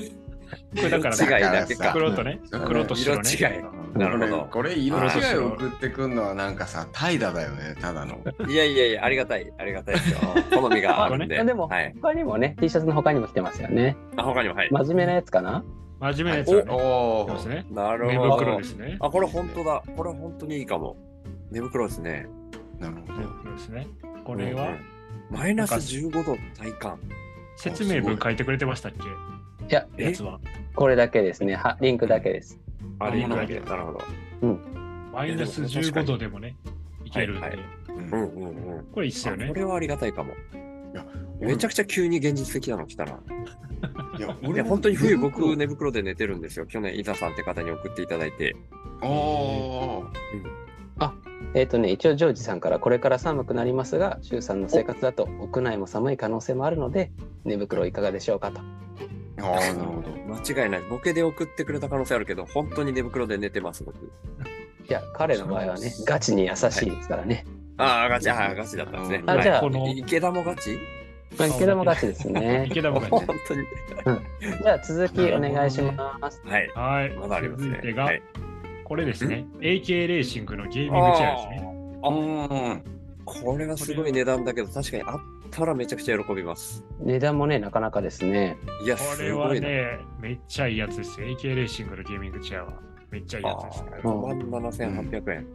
Speaker 3: れだから
Speaker 2: 色違い
Speaker 3: ね、
Speaker 2: だけ
Speaker 4: だ
Speaker 2: か
Speaker 4: から。
Speaker 3: 黒とね、
Speaker 4: うん
Speaker 3: 黒と白ね。
Speaker 2: 色違いなるほど
Speaker 4: これ色違い送ってくんのはなんかさ怠惰だよねただの
Speaker 2: いやいやいや、ありがたい、ありがたいですよ。 好みがあるん
Speaker 1: まあ
Speaker 2: で。
Speaker 1: ねでも
Speaker 2: はい。
Speaker 1: 他にもね T シャツの他にも来てますよね。
Speaker 2: あ、他にも、はい。
Speaker 1: 真面目なやつかな
Speaker 3: 真面目なやつがね。
Speaker 4: お
Speaker 3: そうですね。
Speaker 2: なる
Speaker 3: 目
Speaker 2: ほ
Speaker 3: 袋
Speaker 2: ど
Speaker 3: で。すね。
Speaker 2: あ、これ本当だ。これ本当にいいかも。寝袋ですね。
Speaker 4: なるほ
Speaker 3: 目
Speaker 4: ど
Speaker 3: 袋ですね。これは
Speaker 2: マイナス15度体感。
Speaker 3: 説明文書いてくれてましたっ
Speaker 1: いや
Speaker 3: けやつは。
Speaker 1: これだけですねはリンクだけです。
Speaker 2: あ
Speaker 3: あ
Speaker 2: れ、いい
Speaker 3: な
Speaker 2: のだ
Speaker 3: る
Speaker 2: け。
Speaker 3: ほ
Speaker 2: なるほど。
Speaker 3: マイナス15度でもね、いけるん
Speaker 2: はいは
Speaker 3: で
Speaker 2: い。
Speaker 4: うん
Speaker 2: うんうんうん。
Speaker 3: これ一緒よ
Speaker 2: あこ
Speaker 3: ね。
Speaker 2: れはありがたいかも。
Speaker 4: 俺
Speaker 2: めちゃくちゃ急に現実的なの来たな。
Speaker 4: いや
Speaker 2: い
Speaker 4: 俺
Speaker 2: や、
Speaker 4: も
Speaker 2: 本当に冬、僕、寝袋で寝てるんですよ。去年、伊沢さんって方に送っていただいて。
Speaker 4: おお
Speaker 1: えっ、とね、一応ジョージさんからこれから寒くなりますが、周さんの生活だと屋内も寒い可能性もあるので、寝袋いかがでしょうかと。
Speaker 4: ああなるほど
Speaker 2: 間違いない。ボケで送ってくれた可能性あるけど、本当に寝袋で寝てます、僕。
Speaker 1: いや、彼の場合はね、ガチに優しいですからね。
Speaker 2: ああ、ガチ、ああ、ガチだったんですね。
Speaker 1: あじゃあ
Speaker 3: この
Speaker 2: はい池田もガチ
Speaker 1: まあ、池田もガチですね。
Speaker 3: 池田も
Speaker 2: 本
Speaker 3: が ね。
Speaker 2: 当に。
Speaker 1: じゃあ続きお願いします。
Speaker 2: はい。
Speaker 3: はい。
Speaker 2: まだあります
Speaker 3: 続いて
Speaker 2: ね。
Speaker 3: が
Speaker 2: はい。
Speaker 3: これですね。AK レーシングのゲーミングチェアですね。
Speaker 2: あ
Speaker 4: あー
Speaker 2: ーこれはすごい値段だけど、確かにあったらめちゃくちゃ喜びます。
Speaker 1: 値段もね、なかなかですね。
Speaker 2: いや、
Speaker 3: こ
Speaker 2: す
Speaker 3: れ
Speaker 2: ご
Speaker 3: はい
Speaker 2: な。
Speaker 3: ね、めっちゃいいやつですよ。AK レーシングのゲーミングチェアは。めっちゃいいやつですね。
Speaker 2: 5万7800円。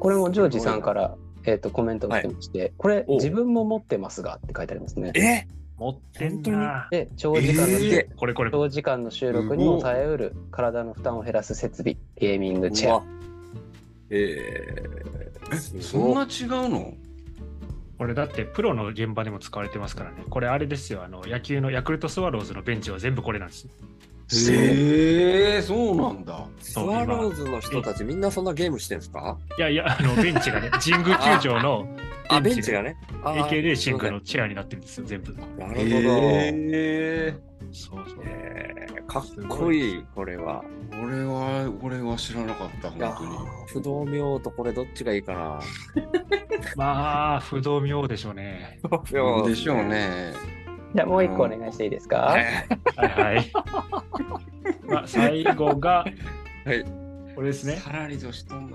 Speaker 1: これもジョージさんから、えっとコメントが来てまして、これ
Speaker 2: お
Speaker 1: 自分も持ってますがって書いてありますね。
Speaker 2: え
Speaker 3: 持ってんな。
Speaker 1: で長時間の、
Speaker 4: え
Speaker 2: ー
Speaker 3: これこれ。
Speaker 1: 長時間の収録にも耐えうる体の負担を減らす設備ゲーミングチェア
Speaker 2: え
Speaker 4: え、
Speaker 2: すごい
Speaker 4: そんな違うの
Speaker 3: これだってプロの現場でも使われてますからね。これあれですよ、あの野球のヤクルトスワローズのベンチは全部これなんですよ。
Speaker 4: ええそうなんだ。
Speaker 2: ー、スワローズの人たちみんなそんなゲームしてんすか
Speaker 3: いやいや、あのベンチが ね、神宮球場の
Speaker 2: あ、ベンチがね。あー
Speaker 3: AK レーシングのチェアになってるんですよ、全部。
Speaker 2: なるほど。
Speaker 4: ええ
Speaker 3: そうそう。
Speaker 2: えーかっこいい、これは。
Speaker 4: これは、俺は知らなかった、
Speaker 2: いや
Speaker 4: 本
Speaker 2: ー不動明とこれどっちがいいかな。
Speaker 3: まあ、不動明でしょうね。
Speaker 2: 不
Speaker 4: 当に。でしょう。ね。
Speaker 1: じゃあもう一個お願いしていいですか、
Speaker 3: はい はい。まあ、最後が、
Speaker 2: はい
Speaker 3: これですね。
Speaker 4: さらりとしとん
Speaker 3: こ
Speaker 4: な。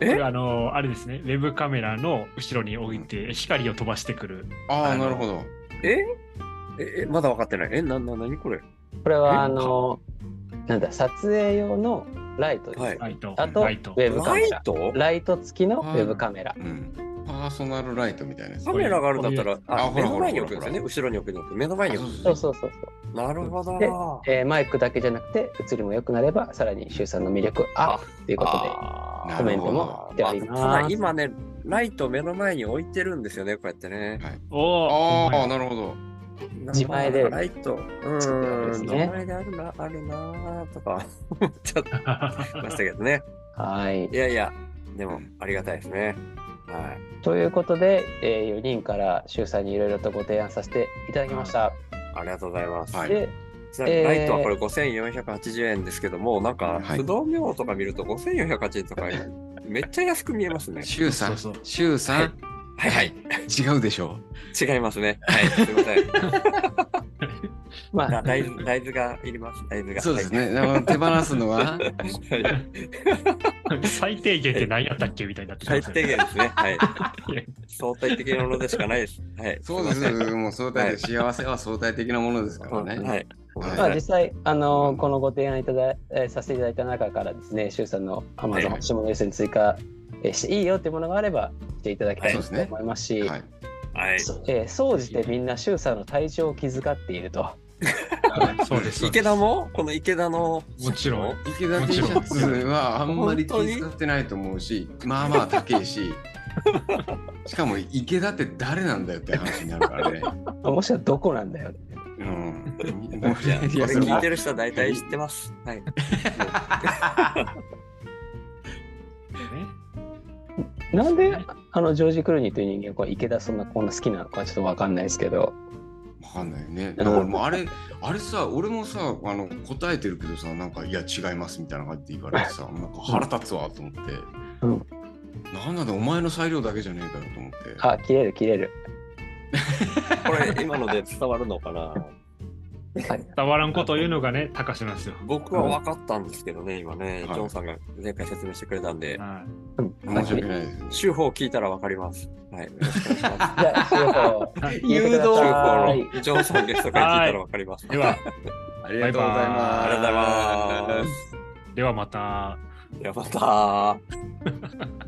Speaker 3: れあの、あれですね、ウェブカメラの後ろに置いて光を飛ばしてくる。
Speaker 4: あ
Speaker 3: あ
Speaker 4: あ、
Speaker 3: の
Speaker 4: なるほど。
Speaker 2: ええ、えまだ分かってない。え、な、な、なにこれ
Speaker 1: これ
Speaker 2: え
Speaker 1: はあのなんだ撮影用のライトです、
Speaker 2: はい。
Speaker 3: ライト。
Speaker 1: あとウ
Speaker 3: ライ
Speaker 1: ェ
Speaker 3: ト。
Speaker 1: ブカ
Speaker 2: ラ
Speaker 1: メ
Speaker 2: イ
Speaker 1: ラ
Speaker 2: ト
Speaker 1: ライト付きのウェブカメラ、
Speaker 4: うん。パーソナルライトみたいなやつ
Speaker 2: カ。メラがあるんだったら、あ、
Speaker 4: あほ
Speaker 2: 目
Speaker 4: ら
Speaker 2: の
Speaker 4: ほら
Speaker 2: 前に置くんですよね。後ろに置くんじゃなくて、目の前に置
Speaker 1: そう
Speaker 4: う
Speaker 1: そうそうそう
Speaker 2: く。なるほど。
Speaker 1: でえーマイクだけじゃなくて映りも良くなればさらに周さんの魅力アップということで
Speaker 2: あー
Speaker 1: コメント
Speaker 4: なるほ
Speaker 1: も
Speaker 4: ど
Speaker 1: 来ております。
Speaker 2: ただ今ね、ライト目の前に置いてるんですよね、こうやってね。
Speaker 3: おー
Speaker 4: あ
Speaker 3: ほ
Speaker 4: あ、
Speaker 3: んまや
Speaker 4: なるほど。
Speaker 1: 自前で
Speaker 2: ライト。う
Speaker 1: 作ってるわけで
Speaker 2: ー
Speaker 1: す
Speaker 2: ん。
Speaker 1: ね
Speaker 2: 自前であるな、あるなーとか、ちょっと ましたけどね。
Speaker 1: はい
Speaker 2: いやいや、でも、ありがたいですね。はい。
Speaker 1: ということで、え4人から周さんにいろいろとご提案させていただきました。
Speaker 2: ありがとうございます。
Speaker 4: はい
Speaker 1: で
Speaker 2: ちなみ
Speaker 1: え
Speaker 2: に
Speaker 1: ー
Speaker 2: ライトはこれ5480円ですけども、なん
Speaker 4: は
Speaker 2: か
Speaker 4: い。
Speaker 2: 不動明王とか見ると5480円とかめっちゃ安く見えますね
Speaker 4: シュウさん
Speaker 3: そうそ、う
Speaker 4: シュウさん。
Speaker 2: はいはい。
Speaker 4: 違うでしょ
Speaker 2: 違いますね。はい。すいません。
Speaker 1: ま
Speaker 2: だ
Speaker 1: あ
Speaker 2: 大豆大豆がいります。大豆
Speaker 4: う。
Speaker 2: が。
Speaker 4: そうですね。あの手放すのは。
Speaker 2: はい。はい
Speaker 3: 最低限って何やったっけみたいになってきま
Speaker 2: 最
Speaker 3: す
Speaker 2: 低
Speaker 3: ね
Speaker 2: 限ですね。はい。相対的なものでしかないです。はい。
Speaker 4: そうです
Speaker 2: いま
Speaker 4: ね。もう相対的、幸せは相対的なものですか
Speaker 2: せん
Speaker 4: ら
Speaker 2: はい。
Speaker 4: ね。
Speaker 2: はい。
Speaker 1: まあ
Speaker 4: は
Speaker 1: 実際、あのこのご提案いただ、えーさせていただいた中からですね、周さんの Amazon
Speaker 4: はい
Speaker 1: 発信物リストに追加、えーしていいよっていうものがあれば、していただきたい
Speaker 4: そう
Speaker 1: と
Speaker 4: ですね
Speaker 1: 思いますし、
Speaker 4: い。はい。
Speaker 2: はい。
Speaker 1: えー総じてみんな周さんの体調を気遣っていると。
Speaker 3: そうです。そうです
Speaker 2: 池田もこの池田の
Speaker 3: もちろん。
Speaker 4: 池田 T シャツはあんまり気遣ってないと思うし、まあまあ高い し。しかも池田って誰なんだよって話になるからね。
Speaker 1: あもしくはどこなんだよ。
Speaker 4: うん。
Speaker 2: いやこ
Speaker 4: い
Speaker 2: れ
Speaker 4: やそれ
Speaker 2: 聞い
Speaker 4: も
Speaker 2: てる人は大体知ってます。はい。
Speaker 3: ね
Speaker 1: なん
Speaker 3: そう
Speaker 1: で
Speaker 3: ですね
Speaker 1: あのジョージ・クルーニーという人間がこう池田そんなこんな好きなのかちょっとわかんないですけど、
Speaker 4: わかんないよね。だからもうあれ、あれさ、俺もさ、あの答えてるけどさ、なんか、いや、違いますみたいな感じで言われてさ、なんか腹立つわと思って。
Speaker 1: うん
Speaker 4: なんだね、お前の裁量だけじゃねえかよと思って。
Speaker 1: あ、切れる切れる。
Speaker 2: これ今ので伝わるのかな
Speaker 1: はい、
Speaker 3: 伝わらんことを言うのがね、高志なんですよ。
Speaker 2: 僕は分かったんですけどね、今ね、
Speaker 4: はい
Speaker 2: ジョンさんが前回説明してくれたんで、
Speaker 3: は
Speaker 1: はい
Speaker 4: 申し訳ないですね。
Speaker 2: 手法聞いたら分かります。はい、よろしくお願いします。
Speaker 1: じゃあ、司法
Speaker 3: はい
Speaker 1: 入れてください
Speaker 2: 手法のジョンさんゲストから聞いたら分かります。
Speaker 3: い。で は、
Speaker 4: ありがとうございます。
Speaker 2: ありがとうございます。
Speaker 3: ではまた。
Speaker 2: いや、また。